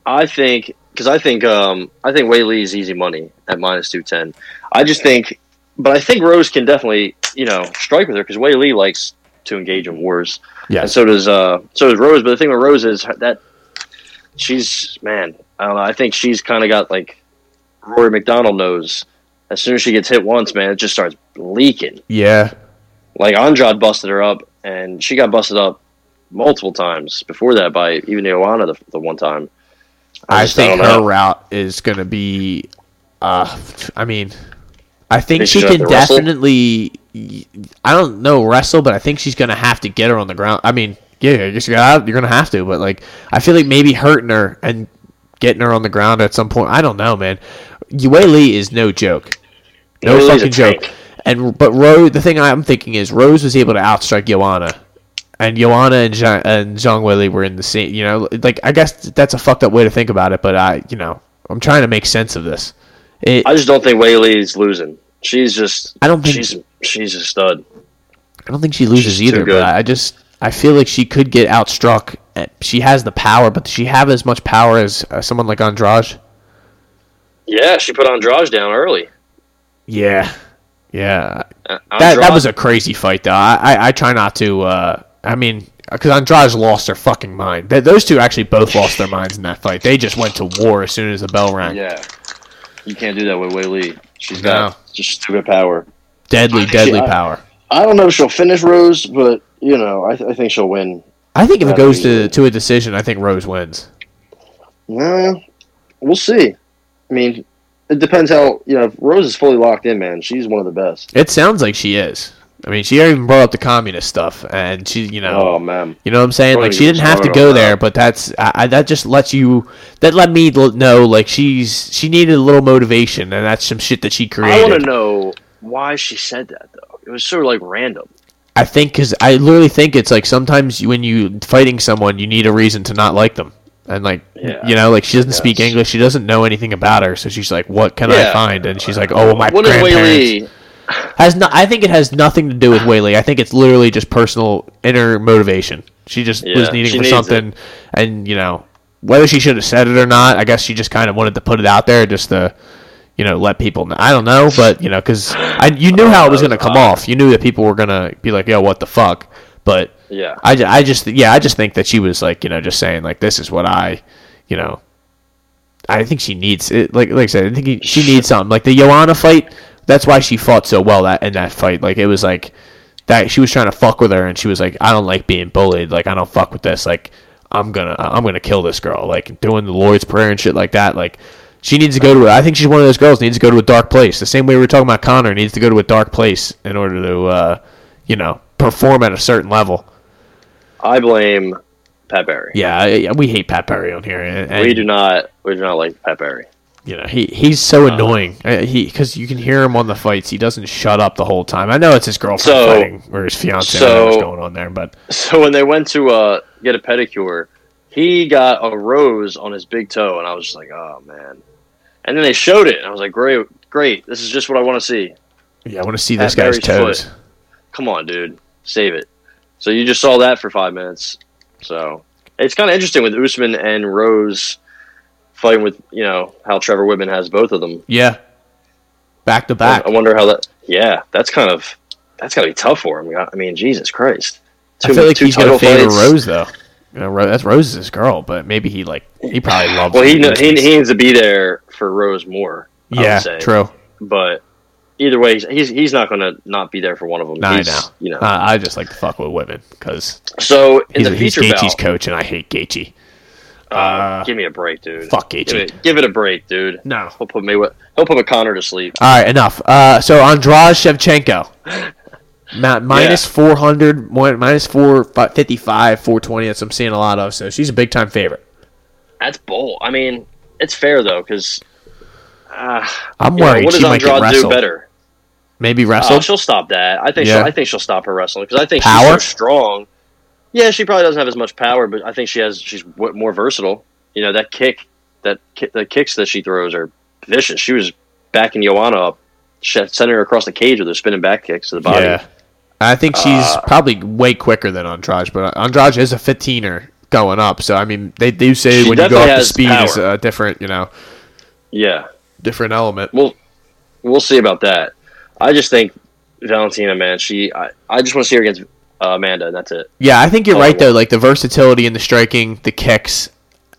Speaker 3: I think because I think um, I think Whaley is easy money at minus two ten. I just think, but I think Rose can definitely you know strike with her because Whaley likes to engage in wars,
Speaker 2: Yeah.
Speaker 3: and so does uh, so does Rose. But the thing with Rose is that she's man, I don't know. I think she's kind of got like Rory McDonald knows. As soon as she gets hit once, man, it just starts leaking.
Speaker 2: yeah.
Speaker 3: Like Andrade busted her up, and she got busted up multiple times before that by even Ioana the, the one time.
Speaker 2: I,
Speaker 3: just-
Speaker 2: think
Speaker 3: don't
Speaker 2: her
Speaker 3: know.
Speaker 2: route is going to be. Uh, I mean, I think
Speaker 3: Think
Speaker 2: she
Speaker 3: she's
Speaker 2: can
Speaker 3: gonna have to wrestle?
Speaker 2: definitely. I don't know wrestle, but I think she's going to have to get her on the ground. I mean, yeah, I guess you gotta, you're going to have to, but like, I feel like maybe hurting her and getting her on the ground at some point. I don't know, man. Yue Lee is no joke. No
Speaker 3: Yue Lee's a
Speaker 2: fucking joke.
Speaker 3: tank.
Speaker 2: And but Rose, the thing I'm thinking is Rose was able to outstrike Joanna, and Joanna and Zhang, and Zhang Weili were in the same. You know, like I guess that's a fucked up way to think about it, but I, you know, I'm trying to make sense of this. It,
Speaker 3: I just don't think Whaley's losing. She's just.
Speaker 2: I don't think-
Speaker 3: she's she's a stud.
Speaker 2: I don't think she loses
Speaker 3: She's too
Speaker 2: either,
Speaker 3: good.
Speaker 2: but I just I feel like she could get outstruck. Uh, She has the power, but does she have as much power as uh, someone like Andrade?
Speaker 3: Yeah, she put Andrade down early. Uh,
Speaker 2: Yeah, yeah.
Speaker 3: That,
Speaker 2: That that was a crazy fight, though. I I, I try not to. Uh, I mean, because Andrade lost their fucking mind. Th- those two actually both lost their minds in that fight. They just went to war as soon as the bell rang.
Speaker 3: yeah. You can't do that with Whaley. She's
Speaker 2: No.
Speaker 3: got just stupid power.
Speaker 2: Deadly, deadly
Speaker 4: I-
Speaker 2: power.
Speaker 4: I don't know if she'll finish Rose, but you know, I, th- I think she'll win.
Speaker 2: I think if it
Speaker 4: I
Speaker 2: goes
Speaker 4: think
Speaker 2: to
Speaker 4: so.
Speaker 2: to a decision, I think Rose wins.
Speaker 4: Nah, we'll see. I mean, it depends how you know. If Rose is fully locked in, man. She's one of the best.
Speaker 2: It sounds like she is. I mean, she even brought up the communist stuff, and she, you know,
Speaker 4: Oh man,
Speaker 2: You know what I'm saying?
Speaker 3: Don't
Speaker 2: Like she
Speaker 3: even
Speaker 2: didn't have to
Speaker 3: start
Speaker 2: go
Speaker 3: on that.
Speaker 2: there, but that's I, I, that just lets you that let me l- know like she's she needed a little motivation, and that's some shit that she
Speaker 3: I want
Speaker 2: created.
Speaker 3: to know why she said that though. it was so like random.
Speaker 2: I think because I literally think it's like sometimes you- when you fighting someone, you need a reason to not like them, and like
Speaker 3: Yeah.
Speaker 2: you know, like she doesn't speak
Speaker 3: Yes.
Speaker 2: English, she doesn't know anything about her, so she's like, "What can I
Speaker 3: Yeah.
Speaker 2: find?" And she's like, "Oh, well, my
Speaker 3: What did
Speaker 2: grandparents."
Speaker 3: Wei Lee?
Speaker 2: Has not. I think it has nothing to do
Speaker 3: Ah.
Speaker 2: with Whaley. I think it's literally just personal inner motivation. She just was
Speaker 3: Yeah,
Speaker 2: needing
Speaker 3: she
Speaker 2: for
Speaker 3: needs
Speaker 2: something, and you know whether she should have said it or not. I guess she just kind of wanted to put it out there, just to you know let people. know. I don't know, but you know because you knew how it
Speaker 3: Uh,
Speaker 2: was going to come off. You knew that people were going to be like, "Yo, what the fuck?" But
Speaker 3: Yeah.
Speaker 2: I, ju- I just yeah I just think that she was like you know just saying like this is what I you know I think she needs it like like I said I think he- she needs something like the Joanna fight that's why she fought so well that in that fight like it was like that she was trying to fuck with her and she was like I don't like being bullied like I don't fuck with this like I'm gonna I'm gonna kill this girl like doing the Lord's prayer and shit like that like she needs to go to a, I think she's one of those girls that needs to go to a dark place the same way we were talking about Connor needs to go to a dark place in order to uh, you know perform at a certain level.
Speaker 3: I blame Pat Barry.
Speaker 2: Yeah, I- I- we hate Pat Barry on here. And, and,
Speaker 3: we do not. We do not like Pat Barry.
Speaker 2: You know, he he's so
Speaker 3: Uh-huh.
Speaker 2: annoying. Uh, he because you can hear him on the fights. He doesn't shut up the whole time. I know it's his girlfriend
Speaker 3: So-
Speaker 2: fighting or his fiance. I don't know what's
Speaker 3: so-
Speaker 2: going on there, but
Speaker 3: *laughs* So when they went to uh, get a pedicure, he got a rose on his big toe, and I was just like, oh man. And then they showed it, and I was like, great, great. This is just what I want to see.
Speaker 2: yeah, I want to see
Speaker 3: Pat
Speaker 2: this guy's
Speaker 3: Barry's
Speaker 2: toes.
Speaker 3: Come on, dude, save it. So you just saw that for five minutes. So it's kind of interesting with Usman and Rose fighting with you know how Trevor Whitman has both of them.
Speaker 2: Yeah, back to
Speaker 3: I-
Speaker 2: back.
Speaker 3: I wonder how that. Yeah, that's kind of that's got to be tough for him. I mean, Jesus Christ.
Speaker 2: I feel like he's gonna
Speaker 3: title
Speaker 2: favor
Speaker 3: fights.
Speaker 2: Rose though. You know, Ro- that's Rose's his girl, but maybe he like he probably loves.
Speaker 3: Well, he,
Speaker 2: her.
Speaker 3: kn- he he needs to be there for Rose more. I would
Speaker 2: yeah,
Speaker 3: say.
Speaker 2: true.
Speaker 3: But either way, he's he's, he's not going to not be there for one of them.
Speaker 2: Nah, I
Speaker 3: he's,
Speaker 2: know.
Speaker 3: You know.
Speaker 2: Uh, I just like to fuck with women because
Speaker 3: so in
Speaker 2: he's,
Speaker 3: the
Speaker 2: he's
Speaker 3: feature
Speaker 2: Gaethje's
Speaker 3: bout,
Speaker 2: coach, and I hate Gaethje.
Speaker 3: uh, give me a break, dude.
Speaker 2: Fuck
Speaker 3: Give
Speaker 2: Gaethje.
Speaker 3: it, give it a break, dude.
Speaker 2: No,
Speaker 3: He'll put Maywe- He'll put Connor to sleep.
Speaker 2: All right, enough. Uh, so Andrade Shevchenko,
Speaker 3: *laughs*
Speaker 2: ma- minus 400, mo- minus 455, 420. That's what I'm seeing a lot of. So she's a big time favorite.
Speaker 3: That's bold. I mean, it's fair though because. Uh,
Speaker 2: I'm
Speaker 3: you know,
Speaker 2: worried
Speaker 3: what
Speaker 2: she
Speaker 3: does
Speaker 2: might get
Speaker 3: Andrade do
Speaker 2: wrestled.
Speaker 3: better?
Speaker 2: Maybe
Speaker 3: Oh,
Speaker 2: wrestled.
Speaker 3: she'll stop that. I think
Speaker 2: Yeah.
Speaker 3: she'll, I think she'll stop her wrestling because I think she's so
Speaker 2: Power?
Speaker 3: strong. Yeah, she probably doesn't have as much power, but I think she has. She's w- more versatile. You know that kick, that ki- the kicks that she throws are vicious. She was backing Joanna up, she sending her across the cage with her spinning back kicks to the body. Uh,
Speaker 2: yeah, I think she's probably way quicker than Andrade, but uh, Andrade is a 15er going up. So I mean, they do say
Speaker 3: She
Speaker 2: when you go
Speaker 3: definitely
Speaker 2: up to
Speaker 3: has
Speaker 2: speed is
Speaker 3: power.
Speaker 2: a different, you know,
Speaker 3: yeah.
Speaker 2: different element.
Speaker 3: We'll we'll see about that. I just think Valentina, man, she. I, I just want to see her against uh, Amanda, and that's it.
Speaker 2: Yeah, I think you're
Speaker 3: Oh,
Speaker 2: right
Speaker 3: well.
Speaker 2: though. Like the versatility in the striking, the kicks,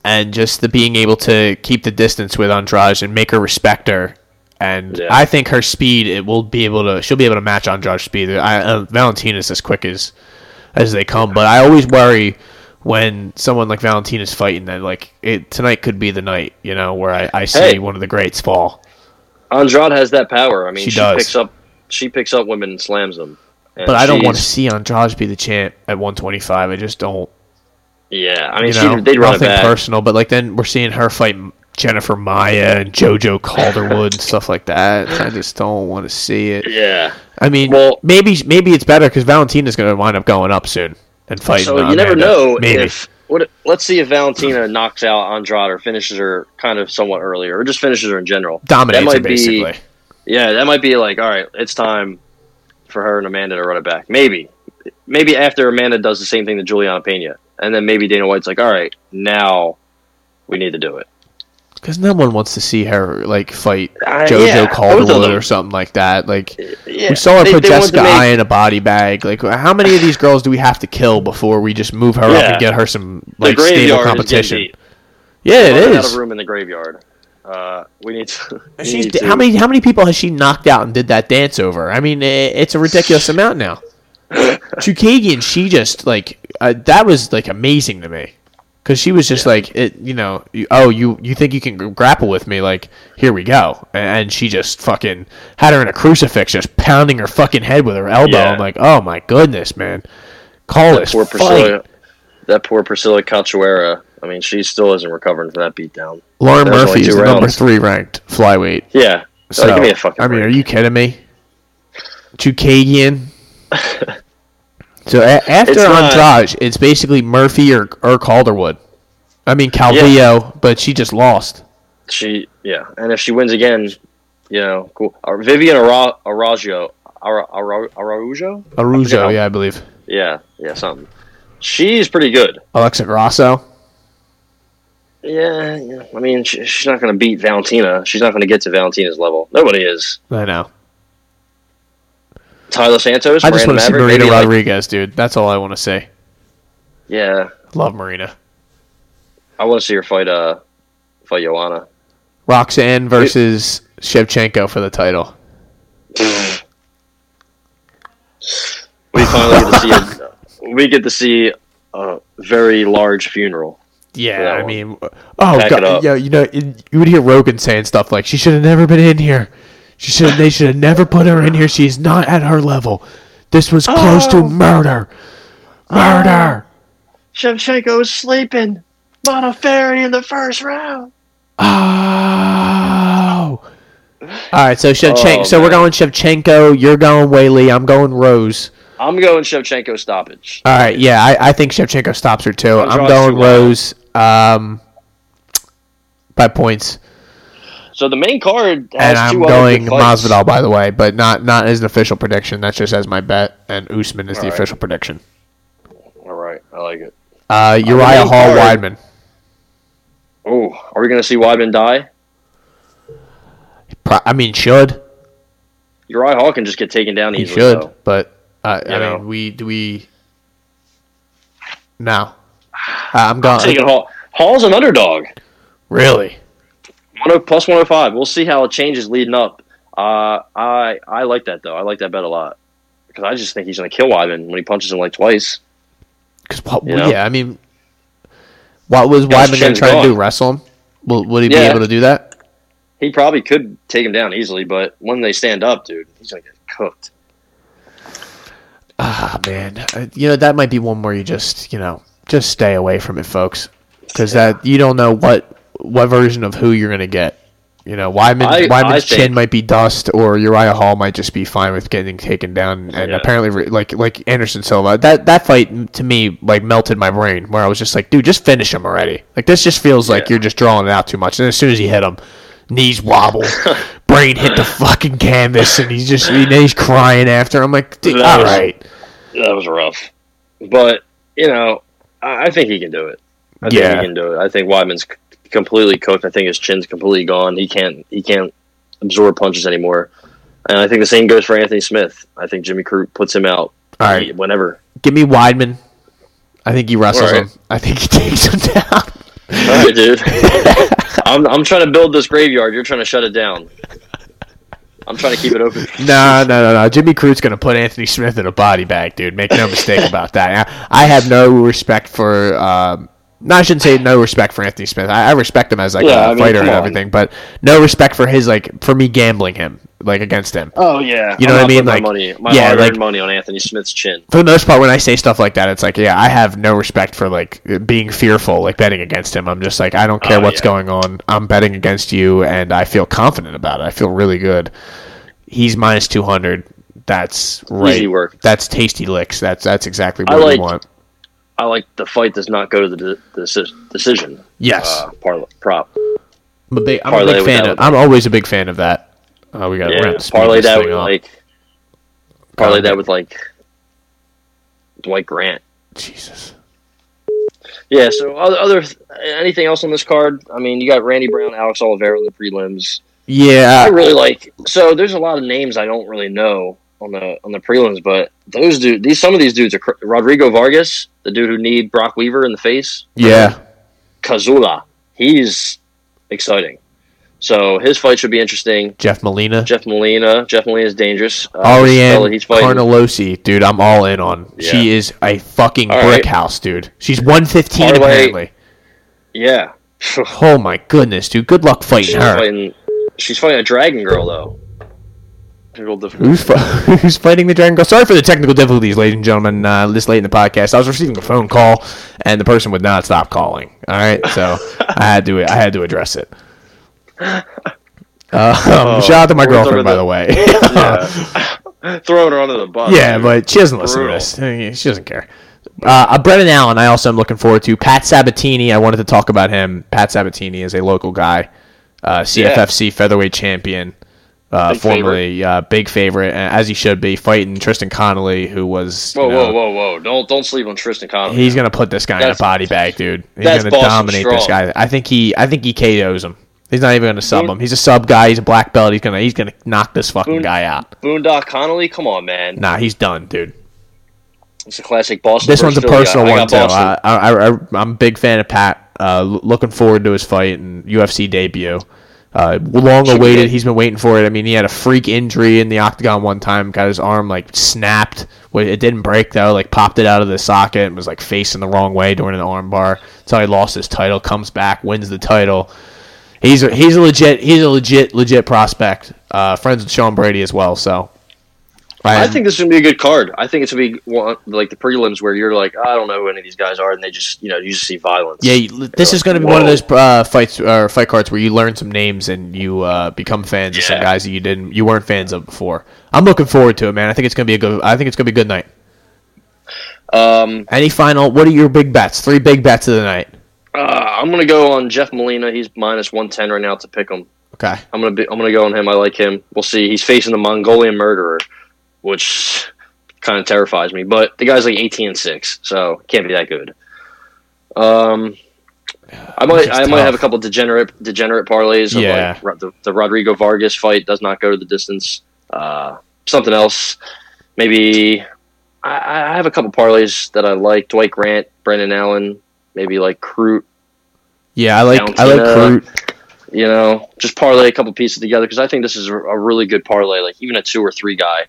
Speaker 2: and just the being able to keep the distance with Andrade and make her respect her. And
Speaker 3: Yeah.
Speaker 2: I think her speed, it will be able to. She'll be able to match Andrade's speed. I, uh, Valentina's as quick as as they come, but I always worry when someone like Valentina's fighting that like it tonight could be the night. You know where I, I see
Speaker 3: Hey.
Speaker 2: one of the greats fall.
Speaker 3: Andrade has that power. I mean,
Speaker 2: She
Speaker 3: she,
Speaker 2: does.
Speaker 3: picks up she picks up women and slams them. And
Speaker 2: But I don't want to
Speaker 3: she's-
Speaker 2: see Andrade be the champ at 125. I just don't.
Speaker 3: Yeah, I mean,
Speaker 2: you know,
Speaker 3: she, they'd run it
Speaker 2: nothing
Speaker 3: back.
Speaker 2: personal, but like then we're seeing her fight Jennifer Maya and JoJo Calderwood and stuff like that. I just don't want to see it.
Speaker 3: yeah.
Speaker 2: I mean,
Speaker 3: Well-
Speaker 2: maybe maybe it's better because Valentina's going to wind up going up soon and fighting.
Speaker 3: So
Speaker 2: uh,
Speaker 3: you never
Speaker 2: Amanda.
Speaker 3: know
Speaker 2: Maybe.
Speaker 3: if what. Let's see if Valentina knocks out Andrade or finishes her kind of somewhat earlier, or just finishes her in general.
Speaker 2: dominates
Speaker 3: that
Speaker 2: her
Speaker 3: might be-
Speaker 2: basically.
Speaker 3: Yeah, that might be like, all right, it's time for her and Amanda to run it back. Maybe, maybe after Amanda does the same thing to Juliana Pena, and then maybe Dana White's like, all right, now we need to do it.
Speaker 2: Because no one wants to see her like fight
Speaker 3: Uh,
Speaker 2: JoJo
Speaker 3: yeah, both of
Speaker 2: Calderwood
Speaker 3: them.
Speaker 2: or something like that. Like
Speaker 3: Yeah,
Speaker 2: we saw her
Speaker 3: they-
Speaker 2: put
Speaker 3: they wanted to
Speaker 2: Jessica
Speaker 3: make-
Speaker 2: I in a body bag. Like how many of these girls do we have to kill before we just move her up
Speaker 3: Yeah.
Speaker 2: and get her some
Speaker 3: the
Speaker 2: like stable
Speaker 3: graveyard is getting
Speaker 2: competition?
Speaker 3: deep.
Speaker 2: Yeah, it
Speaker 3: Running out
Speaker 2: is.
Speaker 3: of room in the graveyard. Uh, we need to. we
Speaker 2: She's
Speaker 3: need
Speaker 2: d-
Speaker 3: to-
Speaker 2: how many how many people has she knocked out and did that dance over? I mean, i it's a
Speaker 3: *sighs*
Speaker 2: ridiculous amount now. Chukagian, she just like uh, that was like amazing to me because she was just like it, you know, you- oh you you think you can gr- grapple with me? Like here we go, A- and she just fucking had her in a crucifix, just pounding her fucking head with her elbow.
Speaker 3: Yeah.
Speaker 2: I'm like, oh my goodness, man, call this
Speaker 3: poor
Speaker 2: fight.
Speaker 3: Priscilla. That poor Priscilla Cachoeira. I mean, she still isn't recovering from that beatdown.
Speaker 2: Lauren
Speaker 3: That was only
Speaker 2: Murphy is
Speaker 3: two
Speaker 2: the number
Speaker 3: rounds.
Speaker 2: three ranked flyweight.
Speaker 3: Yeah. So,
Speaker 2: So
Speaker 3: give me a fucking
Speaker 2: I mean,
Speaker 3: break.
Speaker 2: are you kidding me?
Speaker 3: *laughs*
Speaker 2: Chukagian. so a- after
Speaker 3: It's not-
Speaker 2: Andrade, it's basically Murphy or, or Calderwood. I mean Calvillo, but she just lost.
Speaker 3: She, yeah, and if she wins again, you know, cool. Uh, Vivian Ara- Arajo, Ara- Ara- Araujo,
Speaker 2: Arujo,
Speaker 3: Yeah.
Speaker 2: yeah, I believe.
Speaker 3: yeah, yeah, something. She's pretty good.
Speaker 2: Alexa Grasso.
Speaker 3: Yeah, yeah. I mean, she, she's not going to beat Valentina. She's not going to get to Valentina's level. Nobody is.
Speaker 2: I know.
Speaker 3: Tyler Santos.
Speaker 2: I just
Speaker 3: Miranda
Speaker 2: want to see
Speaker 3: Maverick,
Speaker 2: Marina
Speaker 3: maybe, like-
Speaker 2: Rodriguez, dude. That's all I want to see.
Speaker 3: yeah,
Speaker 2: Love Marina.
Speaker 3: I want to see her fight. Uh, fight Joanna.
Speaker 2: Roxanne versus Shevchenko for the title.
Speaker 3: We finally get to see. *laughs* A, we get to see a very large funeral.
Speaker 2: Yeah,
Speaker 3: that
Speaker 2: I
Speaker 3: one.
Speaker 2: mean, oh
Speaker 3: Pack it
Speaker 2: god,
Speaker 3: up.
Speaker 2: yeah, you know, you you would hear Rogan saying stuff like, "She should have never been in here. She should. They should have never put her in here. She's not at her level. This was close
Speaker 3: Oh.
Speaker 2: to murder, murder.
Speaker 3: Shevchenko is sleeping. Monteferi in the first round.
Speaker 2: Oh." All right, so Shevchenko.
Speaker 3: Oh,
Speaker 2: so we're
Speaker 3: man.
Speaker 2: going Shevchenko. You're going Whaley. I'm going Rose.
Speaker 3: I'm going Shevchenko stoppage.
Speaker 2: All right, yeah, I, I think Shevchenko stops her too. I'm
Speaker 3: Andrade's
Speaker 2: going
Speaker 3: too loud.
Speaker 2: Rose um, by points,
Speaker 3: So the main card has
Speaker 2: and I'm
Speaker 3: two other
Speaker 2: going
Speaker 3: good fights.
Speaker 2: Masvidal by the way, but not not as an official prediction. That's just as my bet, and Usman is the
Speaker 3: All right.
Speaker 2: official prediction.
Speaker 3: All right, I like it.
Speaker 2: Uh, Uriah
Speaker 3: main
Speaker 2: Hall
Speaker 3: card-
Speaker 2: Weidman
Speaker 3: Oh, are we going to see Weidman die?
Speaker 2: Pro- I mean, should
Speaker 3: Uriah Hall can just get taken down
Speaker 2: he
Speaker 3: easily.
Speaker 2: should,
Speaker 3: though.
Speaker 2: but uh,
Speaker 3: You
Speaker 2: I
Speaker 3: know.
Speaker 2: mean, we do we no. Uh, I'm going
Speaker 3: Taking Hall. Hall's an underdog.
Speaker 2: really.
Speaker 3: 10 plus 105. We'll see how it changes leading up. Uh, I I like that though. I like that bet a lot because I just think he's going to kill Wyman when he punches him like twice.
Speaker 2: Because what?
Speaker 3: You know?
Speaker 2: Yeah, I mean, what was
Speaker 3: Yeah, his
Speaker 2: Weidman going to
Speaker 3: chin's
Speaker 2: try to do?
Speaker 3: gone.
Speaker 2: Wrestle him? Will, would he be
Speaker 3: Yeah.
Speaker 2: able to do that?
Speaker 3: He probably could take him down easily, but when they stand up, dude, he's going to get cooked.
Speaker 2: Ah, man. Uh, You know, that might be one where you just, you know, just stay away from it, folks. Because that you don't know what what version of who you're going to get. You know, Wyman,
Speaker 3: I-
Speaker 2: Wyman's
Speaker 3: I
Speaker 2: chin
Speaker 3: think-
Speaker 2: might be dust, or Uriah Hall might just be fine with getting taken down. And
Speaker 3: Yeah.
Speaker 2: apparently, re- like like Anderson Silva, that that fight to me like melted my brain, where I was just like, dude, just finish him already. Like this just feels like
Speaker 3: Yeah.
Speaker 2: you're just drawing it out too much. And as soon as he hit him, knees
Speaker 3: *laughs*
Speaker 2: wobble, brain hit the fucking canvas, and he's just and he's crying after. I'm like, dude,
Speaker 3: That
Speaker 2: all
Speaker 3: was-
Speaker 2: right.
Speaker 3: That was rough, but you know, I, I think he can do it. I
Speaker 2: Yeah.
Speaker 3: think he can do it. I think Wyman's c- completely cooked. I think his chin's completely gone. He can't he can't absorb punches anymore. And I think the same goes for Anthony Smith. I think Jimmy Crew puts him out
Speaker 2: All right.
Speaker 3: he- whenever.
Speaker 2: Give me Weidman. I think he wrestles
Speaker 3: All right.
Speaker 2: him. I think he *laughs* takes him down.
Speaker 3: All
Speaker 2: *laughs*
Speaker 3: right, dude. I'm, I'm trying to build this graveyard. You're trying to shut it down. I'm trying to keep it open.
Speaker 2: no, no, no, no. Jimmy Crute's gonna put Anthony Smith in a body bag, dude. Make no mistake about that. I, I have no respect for. Um, no, I shouldn't say no respect for Anthony Smith. I, I respect him as like a
Speaker 3: Yeah, I mean,
Speaker 2: fighter
Speaker 3: come
Speaker 2: and
Speaker 3: on.
Speaker 2: everything, but no respect for his like for me gambling him like against him.
Speaker 3: Oh yeah,
Speaker 2: You know
Speaker 3: I'm
Speaker 2: what I mean?
Speaker 3: not
Speaker 2: Like,
Speaker 3: putting my money, my
Speaker 2: yeah,
Speaker 3: hard-earned
Speaker 2: like-
Speaker 3: money on Anthony Smith's chin.
Speaker 2: For the most part, when I say stuff like that, it's like, yeah, I have no respect for like being fearful, like betting against him. I'm just like, I don't care
Speaker 3: Oh,
Speaker 2: what's
Speaker 3: yeah.
Speaker 2: going on. I'm betting against you, and I feel confident about it. I feel really good. He's minus two hundred. That's right.
Speaker 3: Easy work.
Speaker 2: That's tasty licks. That's that's exactly
Speaker 3: I
Speaker 2: what
Speaker 3: like-
Speaker 2: we want.
Speaker 3: I like the fight does not go to the de- deci- decision.
Speaker 2: Yes,
Speaker 3: Uh, parla- prop.
Speaker 2: I'm a big, I'm a
Speaker 3: parlay
Speaker 2: big
Speaker 3: with
Speaker 2: fan
Speaker 3: that
Speaker 2: of.
Speaker 3: one.
Speaker 2: I'm always a big fan of that. Oh, we got
Speaker 3: Yeah,
Speaker 2: to speed
Speaker 3: parlay
Speaker 2: this
Speaker 3: that
Speaker 2: thing
Speaker 3: with
Speaker 2: up.
Speaker 3: like parlay
Speaker 2: God.
Speaker 3: that with like Dwight Grant.
Speaker 2: Jesus.
Speaker 3: Yeah. So other, other anything else on this card? I mean, you got Randy Brown, Alex Oliveira in the prelims. I
Speaker 2: Yeah,
Speaker 3: really like. So there's a lot of names I don't really know on the on the prelims, but those dude, these some of these dudes are cr- Rodrigo Vargas, the dude who need Brock Weaver in the face.
Speaker 2: yeah.
Speaker 3: Kazula, he's exciting. So his fight should be interesting.
Speaker 2: Jeff Molina.
Speaker 3: Jeff Molina, Jeff Molina is dangerous. Uh, this fella
Speaker 2: Ariane
Speaker 3: he's fighting.
Speaker 2: Carnalosi, dude, I'm all in on. She
Speaker 3: Yeah.
Speaker 2: is a fucking
Speaker 3: All
Speaker 2: brick
Speaker 3: right.
Speaker 2: house, dude. She's 115
Speaker 3: Parlay-
Speaker 2: apparently.
Speaker 3: yeah,
Speaker 2: Oh my goodness, dude. Good luck
Speaker 3: she's
Speaker 2: fighting her.
Speaker 3: fighting. She's fighting a dragon girl though. A little difficult.
Speaker 2: Who's, fi- *laughs* who's fighting the Dragon Girl? Sorry for the technical difficulties, ladies and gentlemen. Uh, this late in the podcast, I was receiving a phone call, and the person would not stop calling. All right,
Speaker 3: *laughs*
Speaker 2: so I had to I had to address it. Uh, um, shout out to my
Speaker 3: Oh, we're done
Speaker 2: girlfriend,
Speaker 3: with
Speaker 2: by
Speaker 3: *laughs* it.
Speaker 2: the way.
Speaker 3: Yeah. *laughs* throwing her under the bus.
Speaker 2: yeah,
Speaker 3: dude.
Speaker 2: but she doesn't listen
Speaker 3: Oh, Brutal.
Speaker 2: to this. *laughs* I mean, She doesn't care. Uh, uh, Brennan Allen, I also am looking forward to. Pat Sabatini, I wanted to talk about him. Pat Sabatini is a local guy, uh, CFFC featherweight champion, uh,
Speaker 3: Big
Speaker 2: formerly uh, big favorite, and as he should be, fighting Tristan Connolly, who was. you
Speaker 3: whoa,
Speaker 2: know,
Speaker 3: whoa, whoa, whoa! Don't don't sleep on Tristan Connolly.
Speaker 2: He's gonna put this guy
Speaker 3: That's-
Speaker 2: in a body bag, dude. He's
Speaker 3: that's
Speaker 2: gonna
Speaker 3: Boston
Speaker 2: dominate this
Speaker 3: strong.
Speaker 2: guy. I think he, I think he KOs him. He's not even gonna sub
Speaker 3: Boone-
Speaker 2: him. He's a sub guy. He's a black belt. He's gonna, he's gonna knock this fucking
Speaker 3: Boone-
Speaker 2: guy out.
Speaker 3: Boondock Connolly, come on, man.
Speaker 2: Nah, he's done, dude.
Speaker 3: It's a classic Boston.
Speaker 2: This one's
Speaker 3: versus
Speaker 2: a
Speaker 3: Philly guy.
Speaker 2: personal
Speaker 3: I got
Speaker 2: one too.
Speaker 3: Boston.
Speaker 2: I, I, I, I'm a big fan of Pat. Uh, l- looking forward to his fight and UFC debut. Uh, long
Speaker 3: Should be
Speaker 2: awaited.
Speaker 3: good.
Speaker 2: He's been waiting for it. I mean, he had a freak injury in the octagon one time. Got his arm like snapped. Wa- It didn't break though. Like popped it out of the socket and was like facing the wrong way during an arm bar. That's how he lost his title. Comes back, wins the title. He's a, he's a legit he's a legit legit prospect. Uh, friends with Sean Brady as well. So
Speaker 3: I think this is gonna be a good card. I think it's gonna be one, like the prelims where you're like, I don't know who any of these guys are, and they just you know you just see violence.
Speaker 2: Yeah, you, this is going to be one of those uh, fights or fight cards where you learn some names and you uh, become fans of some
Speaker 3: Yeah.
Speaker 2: guys that you didn't you weren't fans of before. I'm looking forward to it, man. I think it's going to be a good. I think it's going to be a good night.
Speaker 3: Um,
Speaker 2: Any final? What are your big bets? Three big bets of the night.
Speaker 3: uh, I'm gonna go on Jeff Molina. He's minus one ten right now to pick him.
Speaker 2: Okay.
Speaker 3: I'm gonna be, I'm gonna go on him. I like him. We'll see. He's facing the Mongolian murderer, which kind of terrifies me. But the guy's like 18 and six, so can't be that good. Um, I might
Speaker 2: That's
Speaker 3: I might
Speaker 2: tough.
Speaker 3: have a couple degenerate degenerate parlays. Of
Speaker 2: Yeah.
Speaker 3: like, Ro- the, the Rodrigo Vargas fight does not go to the distance. Uh, something else, maybe. I, I have a couple parlays that I like: Dwight Grant, Brendan Allen, maybe like Crute
Speaker 2: Yeah, I like I like
Speaker 3: Valentina.
Speaker 2: Crute.
Speaker 3: you know, just parlay a couple pieces together because I think this is a, a really good parlay. Like even a two or three guy,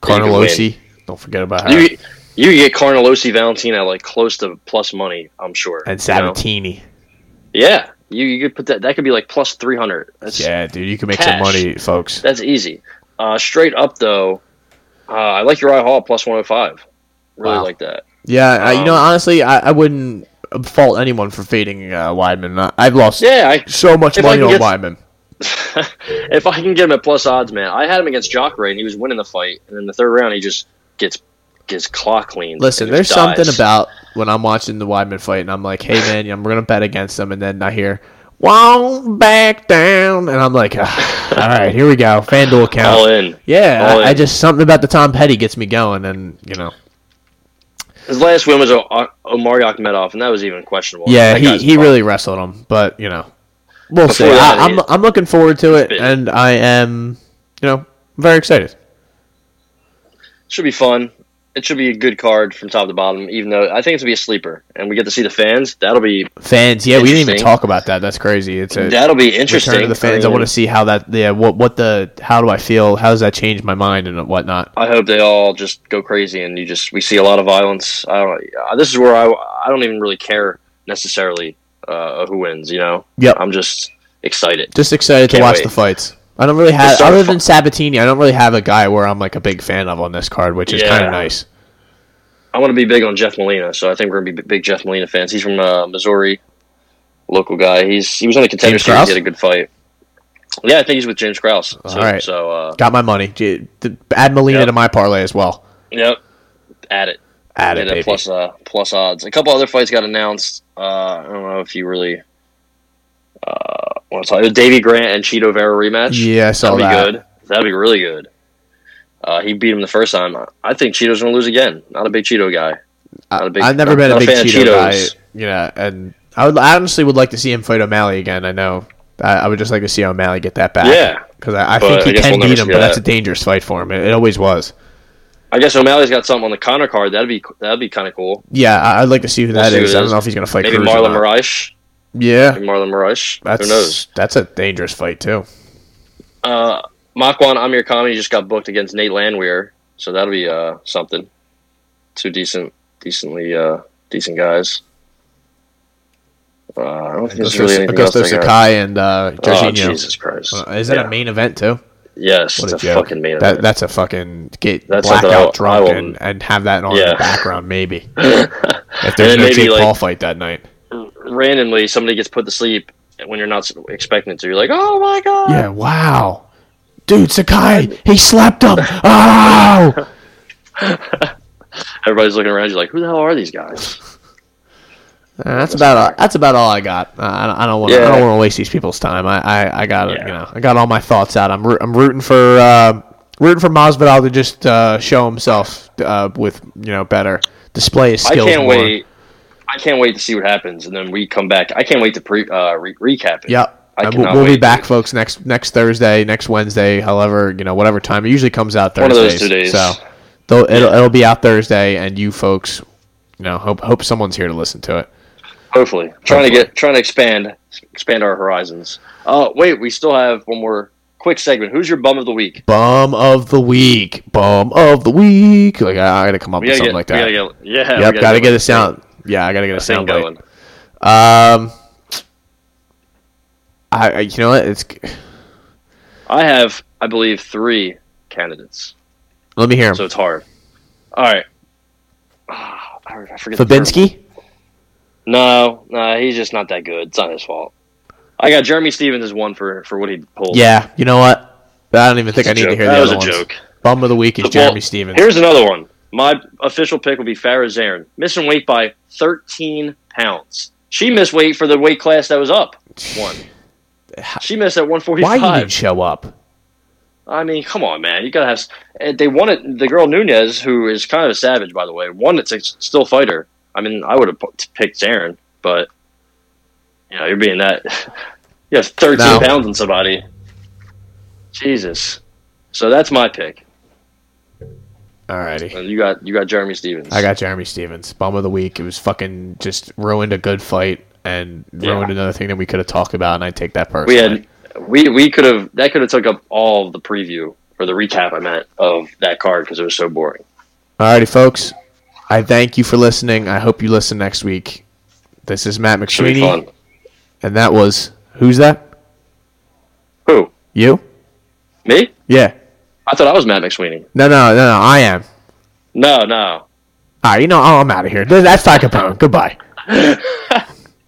Speaker 3: can win.
Speaker 2: Carnelosi. Don't forget about her.
Speaker 3: you you get Carnelosi Valentina like close to plus money. I'm sure.
Speaker 2: and
Speaker 3: you know?
Speaker 2: Sabatini.
Speaker 3: Yeah, you you could put that. That could be like plus three hundred. That's
Speaker 2: Yeah, dude, you can make some
Speaker 3: Cash.
Speaker 2: money, folks.
Speaker 3: that's easy. Uh, straight up though, uh, I like Uriah Hall plus one hundred five. Really
Speaker 2: Wow.
Speaker 3: like that.
Speaker 2: Yeah, I, you know,
Speaker 3: Um,
Speaker 2: honestly, I, I wouldn't fault anyone for fading uh, Weidman. I, I've lost
Speaker 3: Yeah, I, *laughs*
Speaker 2: so much
Speaker 3: If I
Speaker 2: money
Speaker 3: can
Speaker 2: on
Speaker 3: get-
Speaker 2: Weidman.
Speaker 3: if I can get him at plus odds, man, I had him against Jockery and he was winning the fight, and in the third round he just gets gets clock cleaned.
Speaker 2: Listen,
Speaker 3: and
Speaker 2: there's
Speaker 3: just
Speaker 2: something
Speaker 3: dies.
Speaker 2: about when I'm watching the Weidman fight, and I'm like, "Hey man, I'm gonna bet against them," and then I hear "Won't back down," and I'm like,
Speaker 3: *laughs*
Speaker 2: "Ah, "All right, here we go, FanDuel
Speaker 3: all
Speaker 2: account."
Speaker 3: in.
Speaker 2: Yeah,
Speaker 3: all
Speaker 2: I, I
Speaker 3: in.
Speaker 2: just something about the Tom Petty gets me going, and you know,
Speaker 3: His last win was O- O- Omari Akhmedov, and that was even questionable.
Speaker 2: yeah,
Speaker 3: That
Speaker 2: he,
Speaker 3: guy's
Speaker 2: he
Speaker 3: a
Speaker 2: really wrestled him, but you know, we'll see.
Speaker 3: Before that,
Speaker 2: I, I'm
Speaker 3: he-
Speaker 2: I'm looking forward to it,
Speaker 3: bit.
Speaker 2: and I am, you know, very excited.
Speaker 3: problem. Should be fun. It should be a good card from top to bottom, even though I think it's gonna be a sleeper, and we get to see the fans. That'll be
Speaker 2: Fans, yeah, we didn't even
Speaker 3: Interesting.
Speaker 2: talk about that. That's crazy. It's a
Speaker 3: that'll be
Speaker 2: return
Speaker 3: interesting.
Speaker 2: to the fans. I
Speaker 3: mean,
Speaker 2: want to see how that, yeah, what, what the, how do I feel? How does that change my mind and whatnot?
Speaker 3: I hope they all just go crazy, and you just we see a lot of violence. I don't. uh, This is where I I don't even really care necessarily uh, who wins. You know.
Speaker 2: Yep.
Speaker 3: I'm just excited.
Speaker 2: Just excited to
Speaker 3: Can't
Speaker 2: watch
Speaker 3: wait.
Speaker 2: the fights. I don't really have,
Speaker 3: Just start
Speaker 2: other
Speaker 3: a fu-
Speaker 2: than Sabatini, I don't really have a guy where I'm like a big fan of on this card, which is
Speaker 3: Yeah.
Speaker 2: kind of nice.
Speaker 3: I want to be big on Jeff Molina, so I think we're gonna be b- big Jeff Molina fans. He's from uh, Missouri, local guy. He's he was on a contender
Speaker 2: James
Speaker 3: series.
Speaker 2: Krause?
Speaker 3: He had a good fight. Yeah, I think he's with James Krause. So,
Speaker 2: All right.
Speaker 3: So uh,
Speaker 2: Got my money. Gee, th- Add Molina
Speaker 3: Yep.
Speaker 2: to my parlay as well.
Speaker 3: yep, add it.
Speaker 2: Add it,
Speaker 3: Yeah,
Speaker 2: baby.
Speaker 3: plus uh, plus odds. A couple other fights got announced. Uh, I don't know if you really uh, want to talk. Davy Grant and Cheeto Vera rematch.
Speaker 2: Yeah, I saw
Speaker 3: That'd be
Speaker 2: that.
Speaker 3: good. That'd be really good. Uh, he beat him the first time. I think Cheeto's gonna lose again. Not a big Cheeto guy. Not a big-
Speaker 2: I've never
Speaker 3: not-
Speaker 2: been a
Speaker 3: not a
Speaker 2: big
Speaker 3: fan of
Speaker 2: Cheeto guy.
Speaker 3: Cheetos.
Speaker 2: Yeah, and I would I honestly would like to see him fight O'Malley again. I know. I, I would just like to see O'Malley get that back.
Speaker 3: Yeah.
Speaker 2: Because I, I
Speaker 3: But
Speaker 2: think
Speaker 3: I
Speaker 2: he
Speaker 3: guess
Speaker 2: can
Speaker 3: we'll never
Speaker 2: beat him,
Speaker 3: see
Speaker 2: but that's a
Speaker 3: that.
Speaker 2: dangerous fight for him. It, it always was.
Speaker 3: I guess O'Malley's got something on the Connor card. That'd be that'd be kind of cool.
Speaker 2: Yeah, I, I'd like to see who that
Speaker 3: see who
Speaker 2: is.
Speaker 3: it
Speaker 2: I don't
Speaker 3: is.
Speaker 2: know if he's going to fight
Speaker 3: Maybe
Speaker 2: Cruz or
Speaker 3: Marlon
Speaker 2: not.
Speaker 3: Moraes.
Speaker 2: Yeah,
Speaker 3: Maybe Marlon Moraes.
Speaker 2: that's
Speaker 3: Who knows?
Speaker 2: that's a dangerous fight too.
Speaker 3: Uh, Makwan Amir Khani just got booked against Nate Landwehr, so that'll be uh, something. Two decent, decently uh, decent guys. Uh, I don't think there's really
Speaker 2: Augusto,
Speaker 3: anything
Speaker 2: Augusto
Speaker 3: else. I got.
Speaker 2: Sakai and uh,
Speaker 3: Oh,
Speaker 2: Jorginho.
Speaker 3: Jesus Christ!
Speaker 2: Uh, is that
Speaker 3: Yeah.
Speaker 2: a main event too?
Speaker 3: Yes,
Speaker 2: What
Speaker 3: it's
Speaker 2: a
Speaker 3: a,
Speaker 2: joke.
Speaker 3: fucking main
Speaker 2: That
Speaker 3: event.
Speaker 2: that's a fucking get
Speaker 3: That's
Speaker 2: blackout
Speaker 3: something I will- I
Speaker 2: drunk
Speaker 3: will-
Speaker 2: and, and have that on in
Speaker 3: Yeah.
Speaker 2: the background
Speaker 3: *laughs*
Speaker 2: maybe. if there's
Speaker 3: then
Speaker 2: no
Speaker 3: maybe,
Speaker 2: Jake
Speaker 3: like-
Speaker 2: Paul fight that night.
Speaker 3: Randomly, somebody gets put to sleep when you're not s- expecting it to. You're like, oh my god!
Speaker 2: Yeah, wow. dude,
Speaker 3: *laughs*
Speaker 2: Sakai, he slapped him. Oh,
Speaker 3: Everybody's looking around you like, who the hell are these guys?
Speaker 2: Uh, that's about all, that's about all I got. Uh, I don't- I don't want to I don't
Speaker 3: Yeah.
Speaker 2: want to waste these people's time. I I, I got
Speaker 3: Yeah.
Speaker 2: you know I got all my thoughts out. I'm root, I'm rooting for uh, rooting for Masvidal to just uh, show himself uh, with you know better display his
Speaker 3: I
Speaker 2: skills.
Speaker 3: can't
Speaker 2: more.
Speaker 3: wait. I can't wait to see what happens, and then we come back. I can't wait to pre uh, re- recap it.
Speaker 2: Yep.
Speaker 3: I
Speaker 2: Uh,
Speaker 3: cannot
Speaker 2: we'll be
Speaker 3: wait,
Speaker 2: back,
Speaker 3: dude.
Speaker 2: folks, next next Thursday, next Wednesday, however you know, whatever time it usually comes out
Speaker 3: One
Speaker 2: Thursdays.
Speaker 3: of those two days.
Speaker 2: So they'll, it'll it'll be out Thursday, and you folks, you know, hope hope someone's here to listen to it.
Speaker 3: Hopefully, trying to get trying to expand expand our horizons. Oh wait, we still have one more quick segment. Who's your bum of the week?
Speaker 2: Bum of the week, bum of the week. Like I, I gotta come up
Speaker 3: We
Speaker 2: with
Speaker 3: gotta
Speaker 2: something
Speaker 3: get,
Speaker 2: like
Speaker 3: we
Speaker 2: that.
Speaker 3: gotta get, yeah, we
Speaker 2: yep, gotta, get a
Speaker 3: this
Speaker 2: sound. Yeah, I gotta get a
Speaker 3: thing
Speaker 2: sound
Speaker 3: going.
Speaker 2: bite. Um, I I- you know what? It's
Speaker 3: I have, I believe, three candidates,
Speaker 2: let me hear
Speaker 3: so
Speaker 2: him.
Speaker 3: it's hard. All right. Ah, I forget the third
Speaker 2: Fabinski.
Speaker 3: No, no, he's just not that good. It's not his fault. I got Jeremy Stevens as one for for what he pulled.
Speaker 2: Yeah, you know what? I don't even think I need to hear the
Speaker 3: that was
Speaker 2: other
Speaker 3: a
Speaker 2: ones.
Speaker 3: joke.
Speaker 2: Bum of the week is
Speaker 3: Well,
Speaker 2: Jeremy Stevens.
Speaker 3: Here's another one. My official pick would be Farah Zarin, missing weight by 13 pounds. She missed weight for the weight class that was up. One. She missed at
Speaker 2: Why you didn't
Speaker 3: 145.
Speaker 2: show up?
Speaker 3: I mean, come on, man. You gotta have. s- eh, They wanted the girl Nunez, who is kind of a savage, by the way. Wanted to still fight her. I mean, I would have p- picked Zarin, but you know, you're being that. *laughs* you have 13
Speaker 2: No.
Speaker 3: pounds on somebody. Jesus. So that's my pick.
Speaker 2: Alrighty.
Speaker 3: And You got you got Jeremy Stevens.
Speaker 2: I got Jeremy Stevens. Bomb of the week. It was fucking just ruined a good fight and ruined another thing that we could have talked about, and I take that
Speaker 3: we
Speaker 2: personally.
Speaker 3: had we we could have that could have took up all of the preview or the recap I meant of that card because it was so boring.
Speaker 2: Alrighty, folks. I thank you for listening. I hope you listen next week. This is Matt
Speaker 3: Should be fun.
Speaker 2: McSweeney, and that was who's that?
Speaker 3: Who
Speaker 2: You?
Speaker 3: me?
Speaker 2: Yeah.
Speaker 3: I thought I was Matt McSweeney.
Speaker 2: No, no, no, no. I am.
Speaker 3: No, no.
Speaker 2: All right, you know, I'm out of here. That's Taco Pound. Goodbye.